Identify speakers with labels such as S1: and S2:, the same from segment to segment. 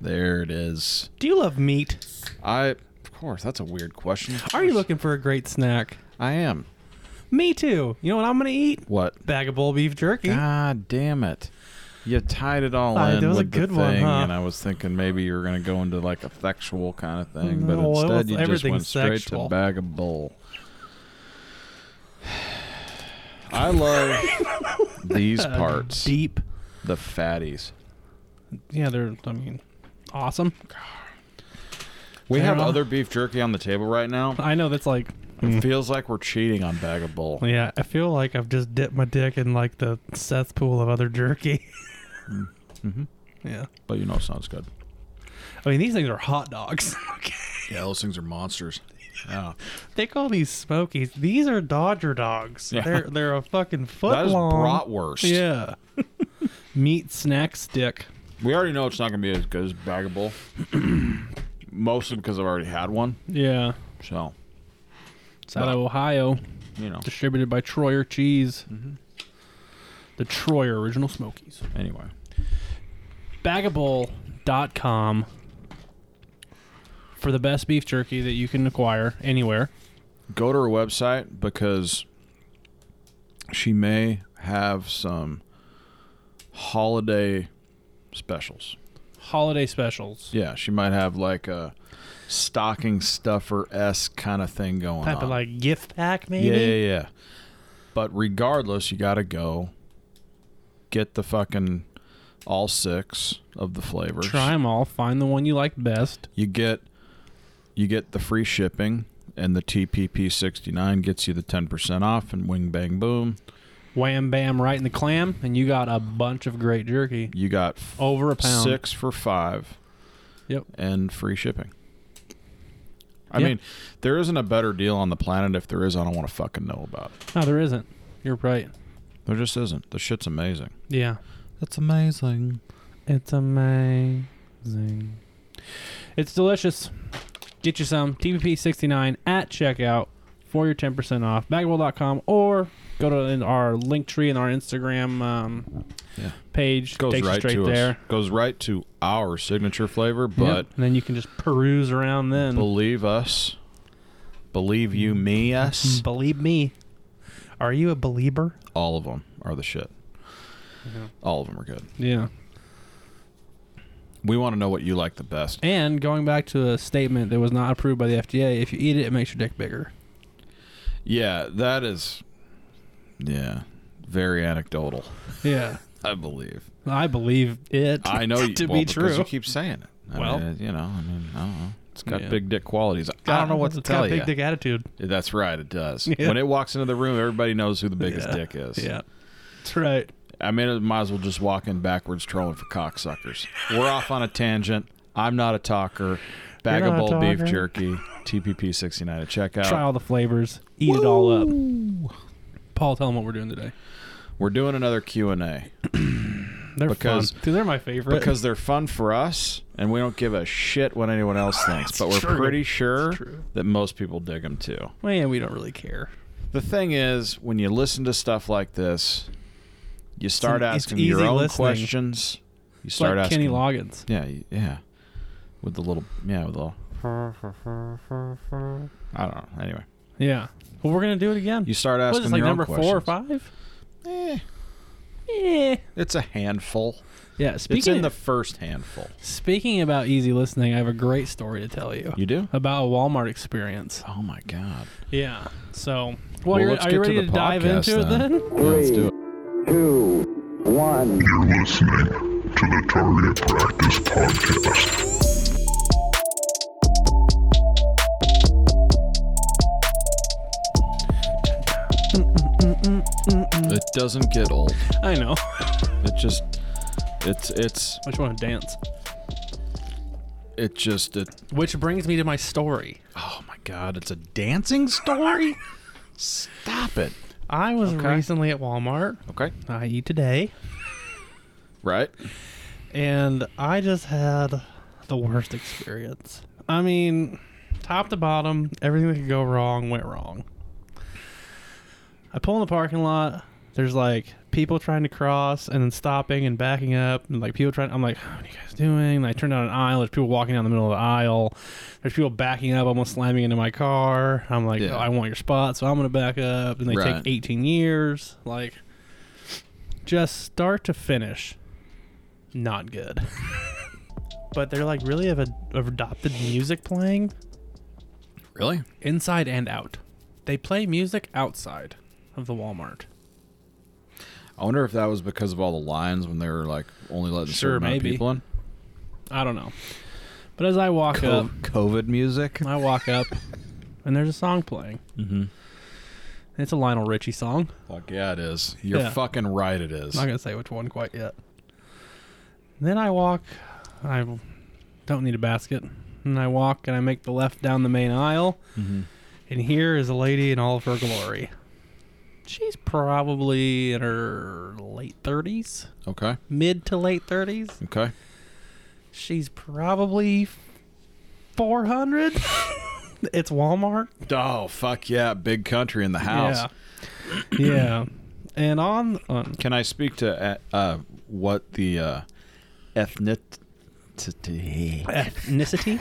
S1: There it is.
S2: Do you love meat?
S1: I, of course, that's a weird question.
S2: Are you looking for a great snack?
S1: I am.
S2: Me too. You know what I'm gonna eat?
S1: What?
S2: Bag of bull beef jerky.
S1: God damn it. You tied it all
S2: Uh,
S1: in
S2: that was a
S1: with the
S2: good
S1: thing,
S2: one, huh?
S1: and I was thinking maybe you were going to go into like a sexual kind of thing, but
S2: No, it was-
S1: instead you just
S2: everything's
S1: went straight
S2: sexual.
S1: to bag of bull. I love these parts,
S2: Deep.
S1: the fatties.
S2: Yeah, they're. I mean, awesome.
S1: We
S2: Fair
S1: have
S2: enough.
S1: other beef jerky on the table right now.
S2: I know that's like.
S1: It feels like we're cheating on bag of bull.
S2: Yeah, I feel like I've just dipped my dick in like the cesspool of other jerky. mm-hmm. Yeah.
S1: But you know, it sounds good.
S2: I mean, these things are hot dogs. okay.
S1: Yeah, those things are monsters. Yeah.
S2: They call these Smokies. These are Dodger dogs.
S1: Yeah.
S2: They're they're a fucking foot
S1: That is
S2: long.
S1: bratwurst.
S2: Yeah. Meat snack stick.
S1: We already know it's not going to be as good as bag of bull, mostly because I've already had one.
S2: Yeah.
S1: So,
S2: It's out of Ohio,
S1: you know,
S2: distributed by Troyer Cheese.
S1: Mm-hmm.
S2: The Troyer Original Smokies.
S1: anyway.
S2: Bagable.com for the best beef jerky that you can acquire anywhere.
S1: Go to her website because she may have some holiday specials.
S2: Holiday specials.
S1: Yeah, she might have like a stocking stuffer esque kind of thing going
S2: Type
S1: on.
S2: of like gift pack, maybe?
S1: yeah, yeah, yeah. But regardless, you got to go get the fucking all six of the flavors.
S2: Try them all. Find the one you like best.
S1: you get you get the free shipping and the TPP 69 gets you the 10% off and wing bang boom
S2: Wham bam right in the clam, and you got a bunch of great jerky.
S1: you got f-
S2: Over a pound.
S1: 6 for 5
S2: Yep.
S1: and free shipping I
S2: Yeah.
S1: mean there isn't a better deal on the planet if there is I don't want to fucking know about it
S2: No, there isn't. You're right.
S1: there just isn't the shit's amazing
S2: Yeah.
S1: that's amazing
S2: It's amazing. It's delicious. Get you some TPP69 at checkout for your 10% off. Bagwell.com or go to in our link tree in our Instagram um,
S1: Yeah.
S2: page.
S1: goes
S2: Takes
S1: right
S2: you straight
S1: to
S2: there.
S1: us goes right to our signature flavor but
S2: Yep. and then you can just peruse around then.
S1: believe us believe you me us
S2: Mm, Believe me. Are you a believer?
S1: all of them are the shit all of them are good
S2: Yeah.
S1: We want to know what you like the best.
S2: And going back to a statement that was not approved by the FDA, if you eat it, it makes your dick bigger.
S1: Yeah, that is, yeah, very anecdotal.
S2: Yeah.
S1: I believe.
S2: I believe it
S1: I know you,
S2: to
S1: well,
S2: be
S1: because
S2: true.
S1: You keep saying it. I
S2: Well.
S1: mean, you know, I mean, I don't know. It's got
S2: Yeah.
S1: big dick qualities. I don't know what to
S2: It's
S1: tell
S2: got
S1: you.
S2: Big dick attitude.
S1: That's right. It does.
S2: Yeah.
S1: When it walks into the room, everybody knows who the biggest
S2: Yeah.
S1: dick is.
S2: Yeah, that's right.
S1: I mean, it might as well just walk in backwards, trolling for cocksuckers. We're off on a tangent. I'm not a talker. Bag
S2: You're
S1: of
S2: not a
S1: bull beef
S2: talker.
S1: jerky, TPP 69 at checkout.
S2: Try all the flavors, eat it all up. Paul, tell them what we're doing today.
S1: We're doing another Q&A.
S2: They're
S1: Because-
S2: fun. Dude, they're my favorite.
S1: because they're fun for us and we don't give a shit what anyone else thinks but we're
S2: true.
S1: pretty sure
S2: true.
S1: that most people dig them too
S2: well, yeah, we don't really care.
S1: the thing is when you listen to stuff like this you start
S2: an- it's
S1: asking your
S2: easy
S1: own
S2: listening.
S1: questions you
S2: It's
S1: start
S2: like
S1: asking
S2: Kenny Loggins.
S1: yeah y- yeah with the little yeah with the little, i don't know anyway
S2: Yeah. Well, we're gonna do it again.
S1: you start
S2: what
S1: asking
S2: is this like
S1: your
S2: number
S1: own questions.
S2: four or five?
S1: Eh,
S2: Yeah.
S1: it's a handful
S2: Yeah.
S1: it's in
S2: Speaking
S1: the first handful
S2: speaking about easy listening, I have a great story to tell you
S1: you do
S2: about a Walmart experience.
S1: oh my god
S2: Yeah. So, well,
S1: Well,
S2: you're,
S1: let's
S2: are you
S1: get to
S2: ready
S1: the
S2: to dive
S1: podcast
S2: into it
S1: then.
S2: then?
S1: Yeah, let's do it
S3: two, one.
S4: You're listening to the Target Practice Podcast.
S1: it doesn't get old
S2: I know.
S1: It just, it's, it's,
S2: I just want to dance.
S1: it just, it,
S2: Which brings me to my story.
S1: oh my God, it's a dancing story? Stop it.
S2: I was
S1: Okay.
S2: recently at Walmart,
S1: Okay.
S2: i.e., today,
S1: Right?
S2: and I just had the worst experience. I mean, top to bottom, everything that could go wrong went wrong. I pull in the parking lot. There's like people trying to cross and then stopping and backing up and like people trying I'm like, what are you guys doing? And I turn down an aisle, there's people walking down the middle of the aisle. There's people backing up, almost slamming into my car. I'm like,
S1: Yeah.
S2: oh, I want your spot, so I'm gonna back up. And they
S1: Right.
S2: take 18 years. Like, just start to finish, not good. but they're like really have, a, have adopted music playing
S1: Really?
S2: inside and out. They play music outside of the Walmart.
S1: I wonder if that was because of all the lines when they were like only letting
S2: Sure,
S1: certain amount of
S2: maybe.
S1: people in.
S2: I don't know. But as I walk up,
S1: COVID music.
S2: I walk up, and there's a song playing.
S1: Mm-hmm.
S2: It's a Lionel Richie song.
S1: Fuck yeah, it is. You're
S2: Yeah.
S1: fucking right, it is.
S2: I'm not gonna say which one quite yet. Then I walk. I don't need a basket, and I walk and I make the left down the main aisle.
S1: Mhm.
S2: And here is a lady in all of her glory. She's probably in her late 30s,
S1: Okay.
S2: mid to late 30s.
S1: Okay.
S2: She's probably 400. it's Walmart.
S1: Oh fuck yeah, big country in the house.
S2: Yeah. yeah. And on, on
S1: Can I speak to uh, uh, what the uh, ethnicity?
S2: ethnicity?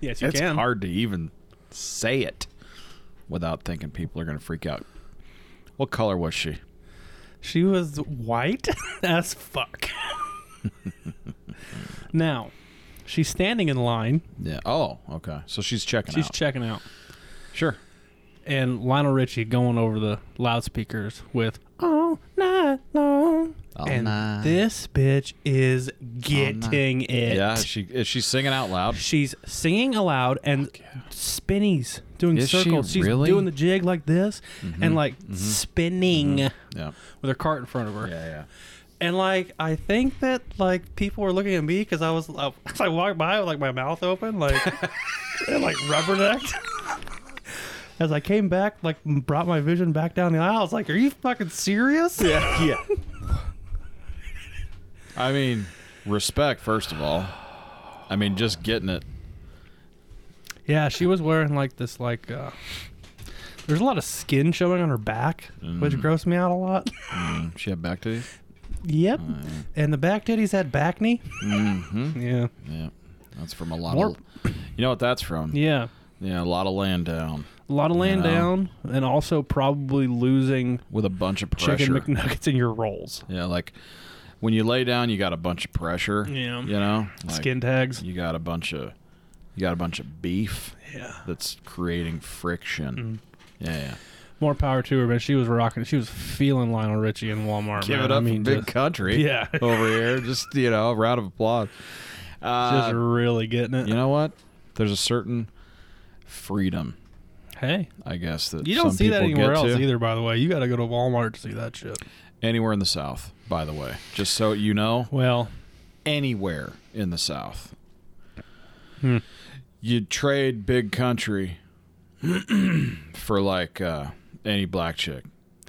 S2: yes, you
S1: it's
S2: can.
S1: hard to even say it without thinking people are gonna freak out. What color was she?
S2: She was white as fuck. now, she's standing in line.
S1: Yeah. Oh, okay. So she's checking
S2: She's
S1: out.
S2: checking out.
S1: sure.
S2: And Lionel Richie going over the loudspeakers with all night long.
S1: All
S2: and
S1: night.
S2: this bitch is getting it.
S1: Yeah. She is she singing out loud?
S2: She's singing aloud and spinnies, doing
S1: Is she
S2: circles. She's
S1: really? Mm-hmm.
S2: doing the jig like this and like spinning
S1: Yeah.
S2: with her cart in front of her.
S1: Mm-hmm. Yeah.
S2: And like, I think that like people were looking at me because I was uh, as I walked by with like my mouth open, like and, like rubbernecked. As I came back, like m- brought my vision back down the aisle, I was like, "Are you fucking serious?"
S1: Yeah. yeah. I mean, respect first of all. I mean, just getting it.
S2: Yeah, she was wearing like this like uh there's a lot of skin showing on her back, which grossed me out a lot.
S1: Mm, She had back to
S2: yep. And the back titties had back knee. Mm-hmm. Yeah.
S1: Yeah. That's from a lot
S2: More-
S1: of You know what that's from?
S2: Yeah.
S1: Yeah, a lot of land down
S2: A lot of laying
S1: know.
S2: down and also probably losing
S1: with a bunch of pressure.
S2: chicken McNuggets in your rolls.
S1: yeah, like when you lay down, you got a bunch of pressure.
S2: Yeah.
S1: You know? Like,
S2: Skin tags.
S1: You got a bunch of you got a bunch of beef
S2: Yeah.
S1: that's creating friction.
S2: Mm-hmm.
S1: Yeah, yeah.
S2: More power to her, but she was rocking. She was feeling Lionel Richie in Walmart.
S1: Give
S2: man.
S1: it up
S2: I mean,
S1: for big Oh,
S2: just,
S1: country.
S2: Yeah.
S1: over here. Just you know, round of applause. Uh,
S2: just really getting it.
S1: you know what? There's a certain freedom,
S2: hey,
S1: I guess that
S2: you don't
S1: some
S2: see that
S1: people
S2: anywhere
S1: get
S2: else
S1: to.
S2: either. By the way, you got to go to Walmart to see that shit.
S1: Anywhere in the South, by the way, just so you know,
S2: Well,
S1: anywhere in the South,
S2: hmm.
S1: you'd trade big country for like uh, any black chick.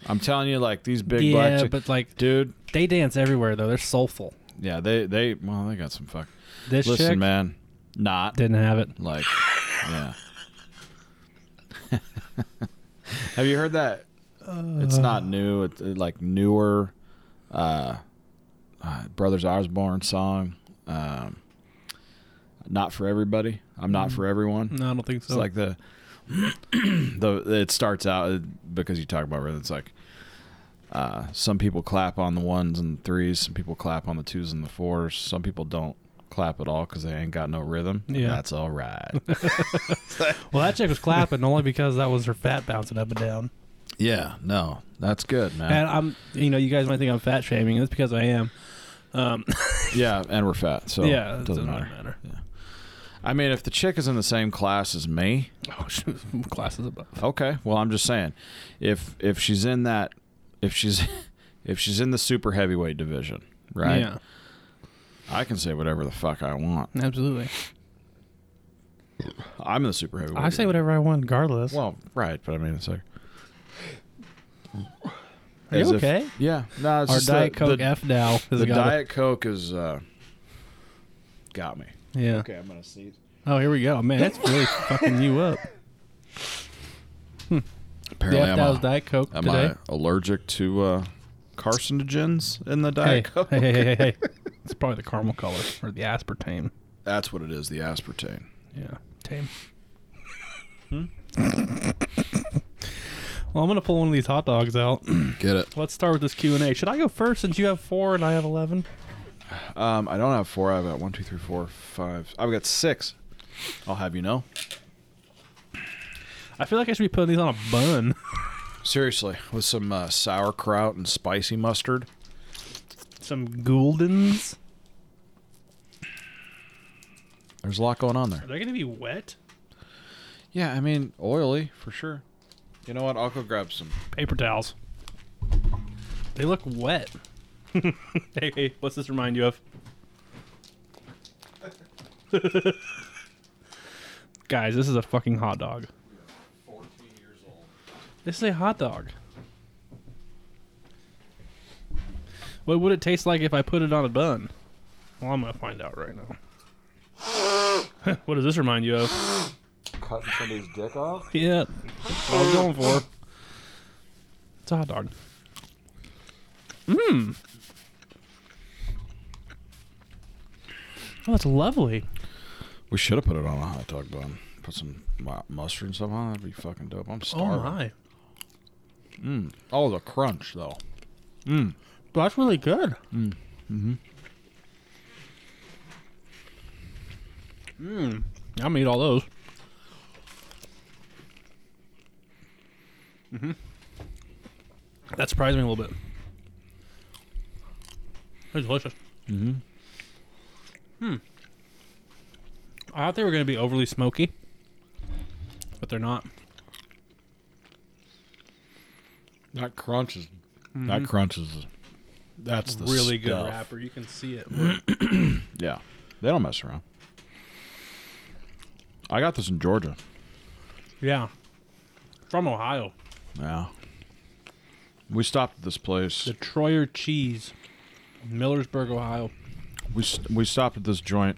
S1: I'm telling you, like these big black
S2: yeah,
S1: chick,
S2: but like
S1: dude,
S2: they dance everywhere though. They're soulful.
S1: yeah, they they well, they got some fuck.
S2: This
S1: Listen,
S2: chick
S1: man, not
S2: didn't have it.
S1: Like, yeah. Have you heard that? it's not new. It's uh, like newer. Uh, uh, Brothers Osborne song. Um, not for everybody. I'm not for everyone.
S2: No, I don't think
S1: It's
S2: so.
S1: like the the it starts out uh, because you talk about rhythm. It's like uh, some people clap on the ones and threes, some people clap on the twos and the fours, some people don't clap at all because they ain't got no rhythm.
S2: Yeah.
S1: that's all right.
S2: well, that chick was clapping only because that was her fat bouncing up and down.
S1: yeah, no, that's good, man.
S2: And I'm, you know, you guys might think I'm fat shaming. That's because I am. Um,
S1: yeah, and we're fat, so
S2: yeah,
S1: it doesn't matter. I mean, if the chick is in the same class as me,
S2: Oh, she was classes above.
S1: okay. Well, I'm just saying, if if she's in that, if she's if she's in the super heavyweight division, right?
S2: Yeah,
S1: I can say whatever the fuck I want.
S2: absolutely.
S1: I'm the super heavyweight.
S2: I say whatever I want, regardless.
S1: Well, right, but I mean, it's like.
S2: Are you
S1: As if-
S2: okay?
S1: yeah. No, it's
S2: Our
S1: just
S2: Diet
S1: the,
S2: Coke
S1: The,
S2: F Dow has
S1: the
S2: got it.
S1: Diet Coke is uh, got me.
S2: Yeah.
S1: Okay, I'm gonna sneeze.
S2: Oh, here we go, man. That's really fucking you up. The
S1: Apparently,
S2: F Dow's
S1: am, I,
S2: Diet Coke
S1: am
S2: today.
S1: I allergic to uh, carcinogens in the
S2: Hey,
S1: Diet Coke.
S2: hey, hey, hey, hey. It's probably the caramel color or the aspartame.
S1: That's what it is, the aspartame.
S2: Yeah. Tame.
S1: Hmm?
S2: well, I'm going to pull one of these hot dogs out.
S1: Get it.
S2: Let's start with this Q&A. Should I go first since you have four and I have 11?
S1: Um, I don't have four. I've got one, two, three, four, five. I've got six. I'll have you know.
S2: I feel like I should be putting these on a bun.
S1: Seriously, with some uh, sauerkraut and spicy mustard.
S2: Some Gouldens.
S1: There's a lot going on there.
S2: Are they going to be wet?
S1: Yeah, I mean, oily for sure. You know what? I'll go grab some.
S2: Paper towels. They look wet. hey, hey, what's this remind you of? Guys, this is a fucking hot dog. This is a hot dog. What would it taste like if I put it on a bun? Well, I'm gonna find out right now. what does this remind you of?
S1: Cutting somebody's dick off?
S2: Yeah. That's what I was going for. It's a hot dog. Mmm. Oh, that's lovely.
S1: We should have put it on a hot dog bun. Put some mu- mustard and stuff on. it. That'd be fucking dope. I'm
S2: Oh
S1: starving.
S2: my.
S1: Oh, the crunch though.
S2: That's really good. Mm. Mm-hmm. Mm. I'm gonna eat all those. Mm-hmm. Mm-hmm. That surprised me a little bit. It's delicious. Mm-hmm. Hmm. I thought they were gonna be overly smoky, but they're not.
S1: That crunch is. That crunch is. That's the
S2: Mm-hmm. really good
S1: stuff.
S2: wrapper. You can see it.
S1: Yeah, they don't mess around. I got this in Georgia.
S2: yeah. From Ohio.
S1: Yeah. We stopped at this place.
S2: The Troyer cheese, Millersburg, Ohio.
S1: We s- we stopped at this joint.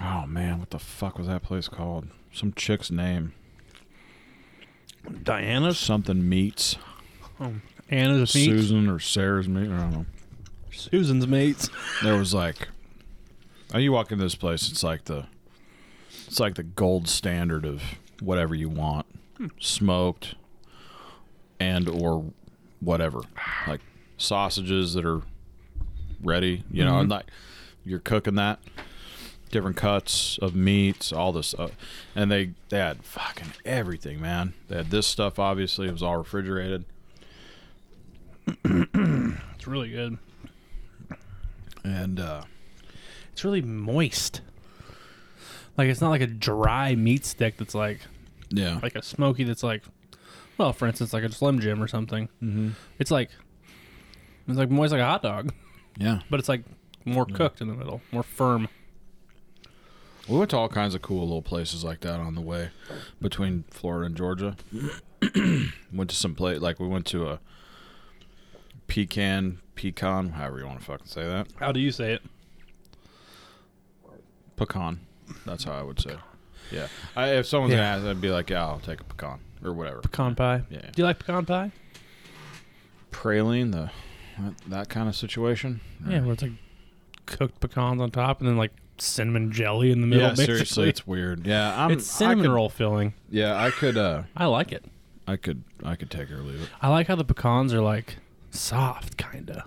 S1: Oh man, what the fuck was that place called? Some chick's name.
S2: Diana's,
S1: Something meats.
S2: Anna's meat,
S1: Susan or Sarah's meat. I don't know.
S2: Susan's mates.
S1: There was like, oh, you walk into this place, it's like the, it's like the gold standard of whatever you want, smoked, and or whatever, like sausages that are ready. You know, and like you're cooking that, different cuts of meats, all this, uh, and they they had fucking everything, man. They had this stuff. Obviously, it was all refrigerated.
S2: It's really good.
S1: And uh,
S2: It's really moist. Like it's not like a dry meat stick that's like
S1: yeah,
S2: like a smoky that's like, well, for instance, like a Slim Jim or something. Mm-hmm. It's like it's like moist like a hot dog,
S1: yeah.
S2: but it's like more cooked in the middle, more firm.
S1: We went to all kinds of cool little places like that on the way between Florida and Georgia. went to some place like we went to a pecan, pecan, however you want to fucking say that,
S2: How do you say it?
S1: pecan. That's how I would say. it. Yeah, I, if someone's gonna ask, I'd be like, "Yeah, I'll take a pecan or whatever."
S2: Pecan pie.
S1: Yeah.
S2: Do you like pecan pie?
S1: Praline, the that, that kind of situation.
S2: Yeah, where it's like cooked pecans on top and then like cinnamon jelly in the middle.
S1: yeah, seriously,
S2: basically.
S1: it's weird. Yeah, I'm,
S2: It's
S1: I
S2: cinnamon
S1: could-
S2: roll filling.
S1: Yeah, I could, uh,
S2: I like it.
S1: I could, I could take it or leave it.
S2: I like how the pecans are like soft, kinda.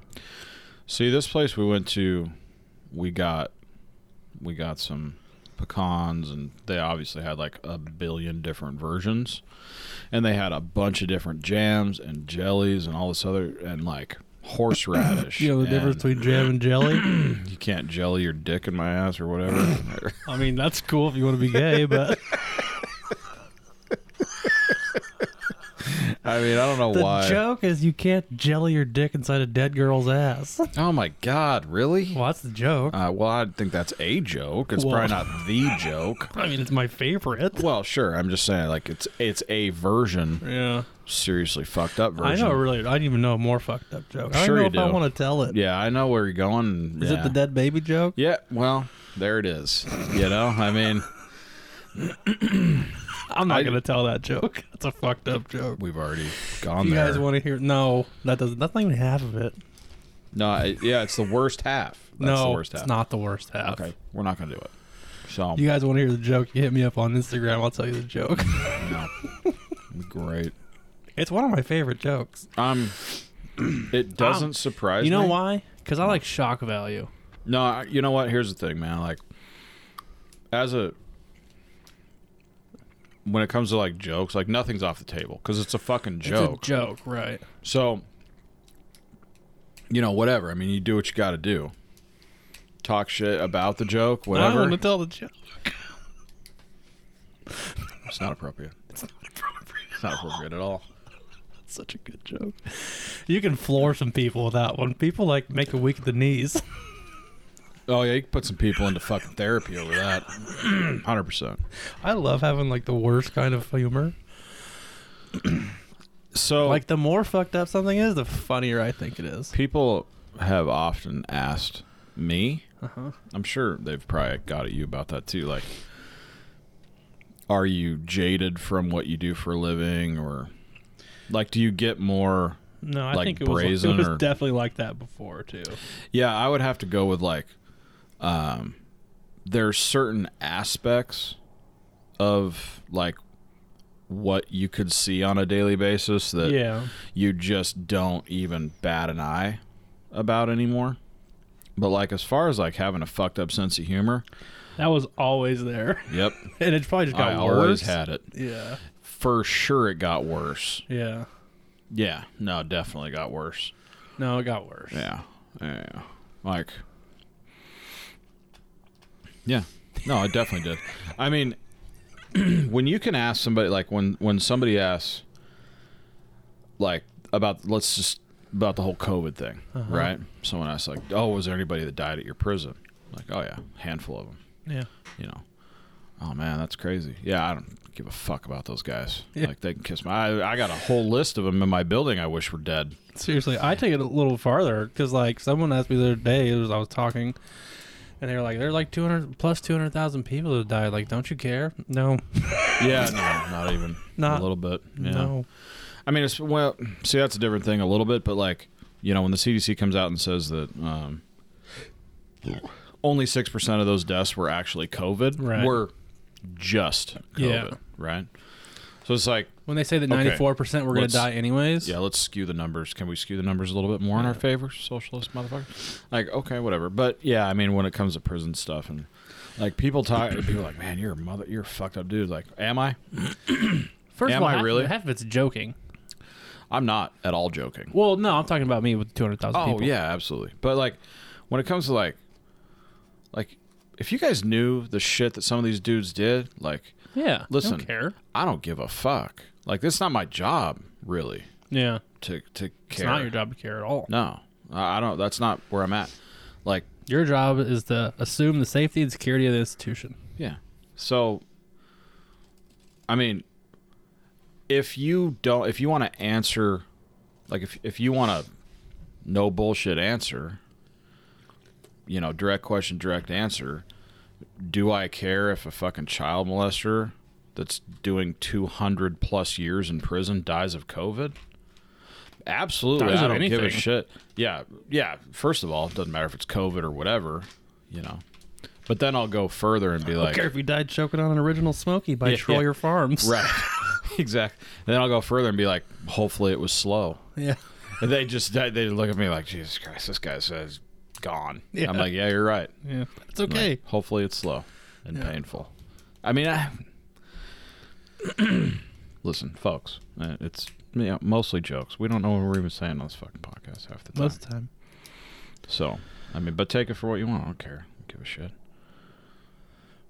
S1: See, this place we went to, we got we got some pecans and they obviously had like a billion different versions and they had a bunch of different jams and jellies and all this other and like horseradish.
S2: You know the
S1: and
S2: difference between jam and jelly.
S1: you can't jelly your dick in my ass or whatever.
S2: I mean, that's cool if you want to be gay, but
S1: I mean, I don't know
S2: the
S1: why.
S2: joke is you can't jelly your dick inside a dead girl's ass.
S1: oh my god, really?
S2: Well, that's the joke.
S1: Uh, well, I think that's a joke. It's
S2: Well-
S1: probably not the joke.
S2: I mean, it's my favorite.
S1: Well, sure. I'm just saying, like it's it's a version,
S2: Yeah,
S1: seriously fucked up version.
S2: I know. Really, I didn't even know a more fucked up joke. I
S1: Sure
S2: don't know
S1: you
S2: if I
S1: do.
S2: want to tell it.
S1: Yeah, I know where you're going.
S2: Is
S1: yeah.
S2: it the dead baby joke?
S1: Yeah, well, there it is. You know, I mean,
S2: I'm not
S1: I-
S2: gonna tell that joke. That's a fucked up joke.
S1: We've already gone
S2: you
S1: there.
S2: guys want to hear? No, that doesn't. That's not even half of it.
S1: no, I- yeah, it's the worst half. That's
S2: no,
S1: the worst half.
S2: it's not the worst half.
S1: Okay, we're not gonna do it. So
S2: You guys want to hear the joke? You hit me up on Instagram. I'll tell you the joke.
S1: no. great.
S2: it's one of my favorite jokes.
S1: Um, it doesn't
S2: Um,
S1: surprise
S2: you know
S1: me.
S2: why? Because I like shock value.
S1: No, I- you know what? Here's the thing, man. Like, as a when it comes to like jokes, like nothing's off the table because it's a fucking joke.
S2: It's a joke, right?
S1: so, you know, whatever. I mean, you do what you got to do. Talk shit about the joke,
S2: I
S1: whatever.
S2: want to tell the joke.
S1: it's not appropriate.
S2: It's not appropriate.
S1: It's not appropriate at all.
S2: It's such a good joke. You can floor some people with that one. People like make a weak at the knees.
S1: Oh yeah, you can put some people into fucking therapy over that. Hundred percent.
S2: I love having like the worst kind of humor.
S1: So,
S2: Like the more fucked up something is, the funnier I think it is.
S1: people have often asked me i'm sure they've probably got at you about that too like are you jaded from what you do for a living or like do you get more
S2: No, I
S1: Like
S2: think it was,
S1: brazen
S2: it was
S1: or-
S2: definitely like that before too.
S1: yeah i would have to go with like um there's certain aspects of like what you could see on a daily basis that
S2: yeah,
S1: you just don't even bat an eye about anymore. But like as far as like having a fucked up sense of humor,
S2: that was always there,
S1: yep,
S2: and it probably just got
S1: I
S2: worse.
S1: always had it.
S2: Yeah,
S1: For sure, it got worse.
S2: yeah.
S1: Yeah, no, it definitely got worse.
S2: No, it got worse.
S1: Yeah, yeah, like, yeah, no, it definitely did. I mean, when you can ask somebody like when when somebody asks like about let's just about the whole COVID thing, right? Someone asks like, "Oh, was there anybody that died at your prison?" Like, "Oh yeah, handful of them."
S2: yeah.
S1: You know, oh man, that's crazy. Yeah, I don't give a fuck about those guys.
S2: Yeah.
S1: Like, they can kiss my. I, I got a whole list of them in my building. I wish were dead.
S2: Seriously, I take it a little farther because like someone asked me the other day as I was talking, and they were like, "There are like two hundred plus two hundred thousand people that died. Like, don't you care? No,
S1: Yeah, no, not even
S2: Not-
S1: a little bit. Yeah.
S2: no.
S1: I mean, it's well, see, that's a different thing a little bit, but like, you know, when the CDC comes out and says that um, only 6% of those deaths were actually COVID,
S2: Right.
S1: were just COVID,
S2: Yeah.
S1: right? So it's like,
S2: When they say that
S1: Okay.
S2: ninety four percent were going
S1: Let's-
S2: to die anyways,
S1: yeah, let's skew the numbers. Can we skew the numbers a little bit more in our favor, socialist motherfucker? Like, okay, whatever. But yeah, I mean, when it comes to prison stuff and like people talk, people are like, man, you're a mother, you're a fucked up dude. Like, am I?
S2: First
S1: Am
S2: of all,
S1: I
S2: half,
S1: really?
S2: half of it's joking.
S1: I'm not at all joking.
S2: Well, no, I'm talking about me with 200,000
S1: Oh
S2: people.
S1: yeah, absolutely. But like, when it comes to like, like, if you guys knew the shit that some of these dudes did, like,
S2: Yeah.
S1: Listen.
S2: Don't care.
S1: I don't give a fuck. Like, that's not my job, really,
S2: Yeah.
S1: to to care.
S2: It's not your job to care at all.
S1: No, I I don't. That's not where I'm at. Like,
S2: Your job is to assume the safety and security of the institution.
S1: yeah. So, I mean, if you don't, if you want to answer, like, if if you want to, no bullshit answer. you know, direct question, direct answer. Do I care if a fucking child molester that's doing 200 plus years in prison dies of COVID? Absolutely.
S2: Dies
S1: I
S2: of
S1: don't give a
S2: anything.
S1: shit. Yeah. Yeah. First of all, it doesn't matter if it's COVID or whatever, you know. But then I'll go further and be like,
S2: care if you died choking on an original Smoky by
S1: Yeah, yeah.
S2: Troyer Farms.
S1: right. exactly. Then I'll go further and be like, hopefully it was slow.
S2: Yeah.
S1: And they just, they they look at me like, Jesus Christ, this guy says gone.
S2: Yeah.
S1: I'm like, yeah, you're right.
S2: Yeah. It's
S1: Like,
S2: okay.
S1: hopefully it's slow and
S2: Yeah.
S1: painful. I mean, I listen, folks. uh, It's you know, mostly jokes. We don't know what we're even saying on this fucking podcast half the time.
S2: Most of the time.
S1: So, I mean, but take it for what you want. I don't care. I don't give a shit.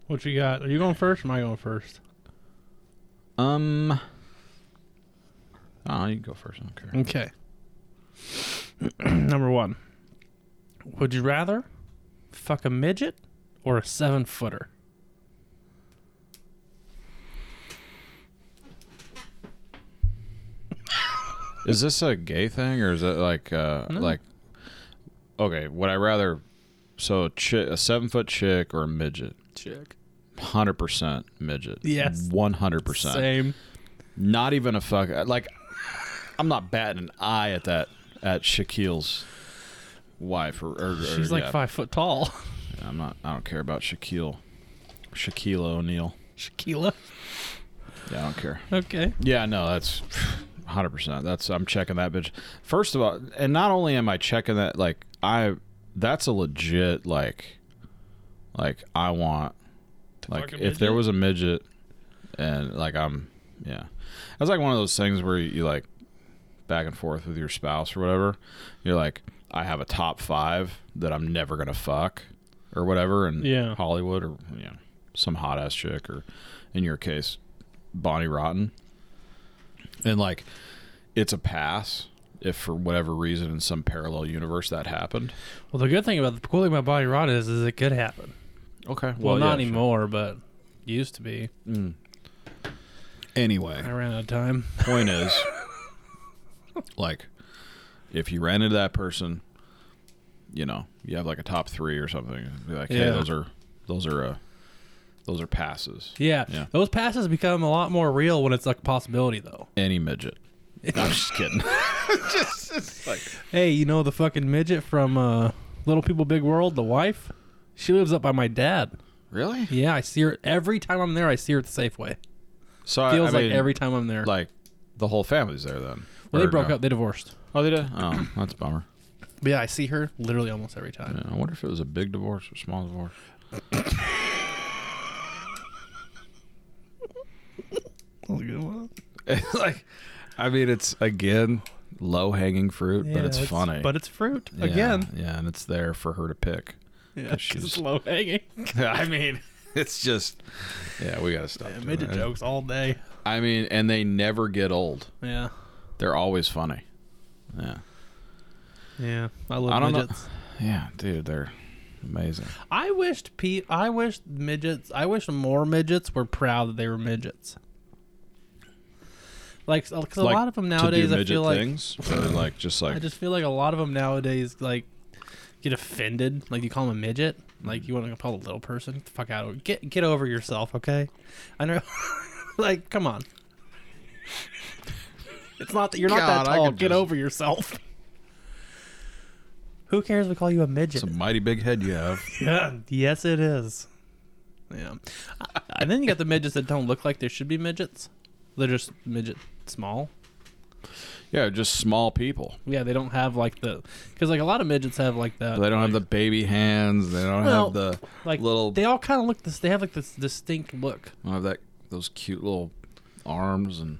S2: What you got? Are you going first or am I going first?
S1: Um. Oh, you can go first. I don't care.
S2: Okay. Number one. Would you rather fuck a midget or a seven footer?
S1: Is this a gay thing or is it like uh
S2: No.
S1: like okay, would I rather so a chick a seven foot chick or a midget?
S2: Chick.
S1: hundred percent midget.
S2: Yes.
S1: one hundred percent.
S2: Same.
S1: Not even a fuck. uh, Like, I'm not batting an eye at that at Shaquille's wife or, or or-
S2: She's like
S1: yeah.
S2: five foot tall.
S1: I'm not. I don't care about Shaquille. Shaquille O'Neal.
S2: Shaquila.
S1: Yeah, I don't care.
S2: Okay.
S1: Yeah, no, that's 100%. That's I'm checking that bitch. First of all, and not only am I checking that like I that's a legit like like I want like
S2: fuck
S1: if
S2: a
S1: there
S2: midget?
S1: was a midget and like I'm yeah. That's like one of those things where you, you like back and forth with your spouse or whatever. You're like I have a top 5 that I'm never going to fuck or whatever in
S2: Yeah.
S1: Hollywood or you know some hot ass chick or in your case Bonnie Rotten. And like it's a pass if for whatever reason in some parallel universe that happened.
S2: Well, the good thing about the cool thing about body rot is, is it could happen.
S1: Okay.
S2: Well, not anymore, but used to be. I
S1: Mm. Anyway,
S2: ran out of time.
S1: point is like if you ran into that person, you know, you have like a top 3 or something. Be like, "Hey,
S2: Yeah.
S1: those are those are uh those are passes."
S2: Yeah.
S1: Yeah.
S2: Those passes become a lot more real when it's like a possibility, though.
S1: Any midget. No, I'm just kidding.
S2: Hey, you know the fucking midget from uh, Little People Big World, the wife? She lives up by my dad.
S1: really?
S2: Yeah, I see her every time I'm there. I see her at the Safeway.
S1: So I-
S2: Feels
S1: I mean,
S2: like every time I'm there.
S1: like the whole family's there then.
S2: well, they
S1: Or
S2: broke
S1: no?
S2: up. They divorced.
S1: Oh, they did. Oh, that's a bummer.
S2: But yeah, I see her literally almost every time.
S1: Yeah, I wonder if it was a big divorce or small divorce. like, I mean, it's again low hanging fruit, but it's, funny.
S2: But it's fruit
S1: Yeah,
S2: again.
S1: yeah, and it's there for her to pick.
S2: Yeah,
S1: 'cause she's-
S2: it's low hanging.
S1: I mean, it's just yeah, we gotta stop. doing
S2: Midget
S1: that.
S2: jokes all day.
S1: I mean, and they never get old.
S2: Yeah,
S1: They're always funny. Yeah,
S2: yeah. I love
S1: I don't know-
S2: midgets.
S1: yeah, dude, they're amazing.
S2: I wished Pete. I wished midgets. I wish more midgets were proud that they were midgets. Like, because a
S1: Like,
S2: lot of them
S1: to do
S2: nowadays, I
S1: midget
S2: feel like
S1: things, or like just like
S2: I just feel like a lot of them nowadays like get offended. Like you call them a midget. Like you want to call a little person. Get the fuck out of get get over yourself, okay? I know. like, come on. It's not that you're not
S1: God,
S2: that
S1: I
S2: tall.
S1: could
S2: Get
S1: just-
S2: over yourself. Who cares? if We call you a midget.
S1: it's a mighty big head you have.
S2: yeah. Yes, it is. Yeah. and then you got the midgets that don't look like they should be midgets. They're just midget small.
S1: Yeah, just small people.
S2: Yeah, they don't have like the because like a lot of midgets have like that.
S1: They don't
S2: like,
S1: have the baby hands. They don't
S2: Well,
S1: have the
S2: like
S1: little.
S2: They all kind of look this. They have like this distinct look.
S1: don't have that those cute little arms and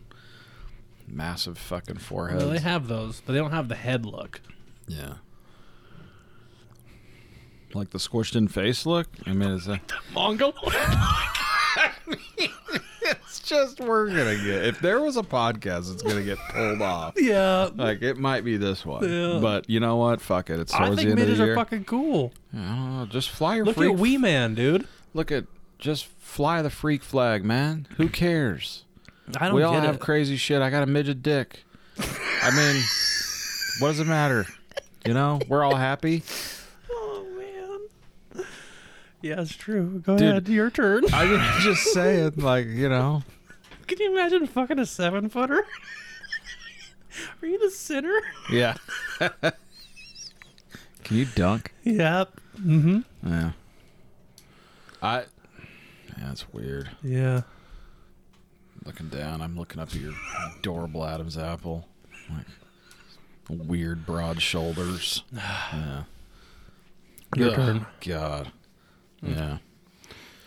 S1: massive fucking foreheads.
S2: No, they have those, but they don't have the head look.
S1: yeah. Like the squished in face look. I mean, it's, a,
S2: Mongol.
S1: it's just we're gonna get. If there was a podcast, it's gonna get pulled off.
S2: yeah.
S1: Like it might be this one,
S2: Yeah.
S1: but you know what? Fuck it. It's
S2: I
S1: towards the
S2: think
S1: end of
S2: midgets
S1: the year.
S2: are fucking cool.
S1: Yeah, I don't know. Just fly your
S2: Look
S1: freak.
S2: at Wee Man, dude.
S1: look at just fly the freak flag, man. Who cares?
S2: I don't
S1: we all
S2: get
S1: have
S2: it.
S1: crazy shit. I got a midget dick. I mean, what does it matter? You know, we're all happy.
S2: oh man. Yeah, it's true. Go
S1: Dude.
S2: ahead, your turn.
S1: I mean, I'm just saying, like, you know,
S2: Can you imagine fucking a seven footer? Are you the sinner?
S1: yeah. Can you dunk?
S2: Yep. Mm-hmm.
S1: Yeah. I. Yeah, it's weird.
S2: Yeah.
S1: Looking down, I'm looking up at your adorable Adam's apple, like weird broad shoulders. Yeah.
S2: Your
S1: Ugh, Mm.
S2: turn.
S1: God. Yeah.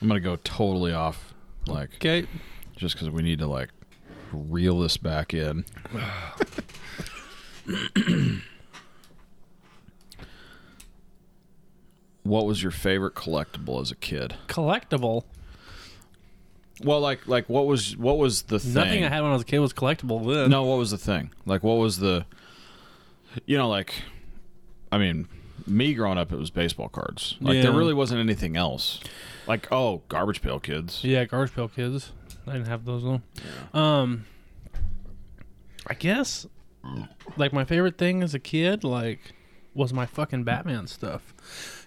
S1: I'm gonna go totally off, like
S2: Okay.
S1: just because we need to like reel this back in. what was your favorite collectible as a kid?
S2: Collectible.
S1: Well, like like what was what was the thing?
S2: Nothing I had when I was a kid was collectible then.
S1: No, what was the thing? Like what was the you know like I mean me growing up it was baseball cards. Like there
S2: Yeah.
S1: really wasn't anything else. Like oh, garbage pail kids.
S2: Yeah, Garbage Pail Kids. I didn't have those though. Um, I guess like my favorite thing as a kid, like, was my fucking Batman stuff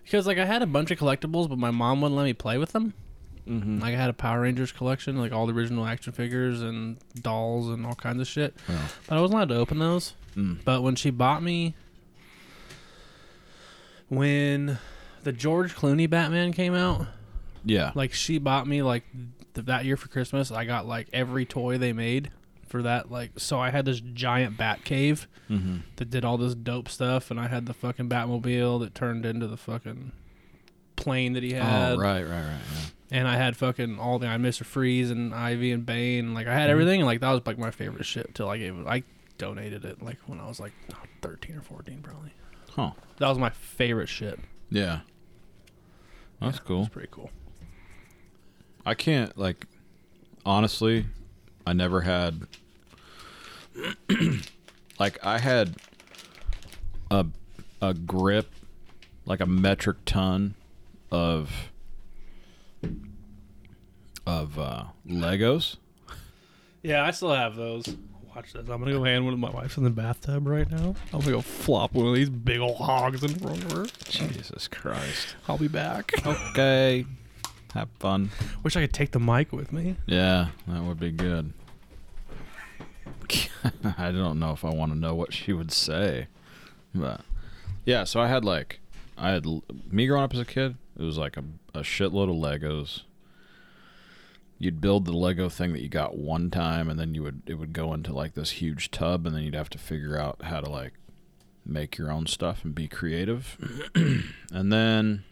S2: because like I had a bunch of collectibles, but my mom wouldn't let me play with them.
S1: Mm-hmm.
S2: Like I had a Power Rangers collection, like all the original action figures and dolls and all kinds of shit.
S1: Wow.
S2: But I wasn't allowed to open those.
S1: Mm.
S2: But when she bought me, when the George Clooney Batman came out,
S1: Yeah.
S2: like she bought me like th- that year for Christmas, I got like every toy they made for that. Like, so I had this giant bat cave
S1: mm-hmm.
S2: that did all this dope stuff, and I had the fucking Batmobile that turned into the fucking plane that he had,
S1: oh, right, right, right. Yeah.
S2: and I had fucking all the I Mister Freeze and Ivy and Bane. Like, I
S1: Mm-hmm.
S2: had everything, and like that was like my favorite shit till I gave it. I donated it like when I was like thirteen or fourteen, probably.
S1: Huh.
S2: That was my favorite shit.
S1: Yeah. That's cool.
S2: It's pretty cool.
S1: I can't like honestly, I never had like I had a a grip like a metric ton of of uh Legos.
S2: Yeah, I still have those. Watch this. I'm gonna go hand one of my wife's in the bathtub right now. I'm gonna go flop one of these big old hogs in front of her.
S1: Jesus Christ.
S2: I'll be back.
S1: Okay. Have fun.
S2: Wish I could take the mic with me.
S1: Yeah, that would be good. I don't know if I want to know what she would say, but yeah. So I had like, I had l- me growing up as a kid. It was like a, a shitload of Legos. You'd build the Lego thing that you got one time, and then you would it would go into like this huge tub, and then you'd have to figure out how to like make your own stuff and be creative. and then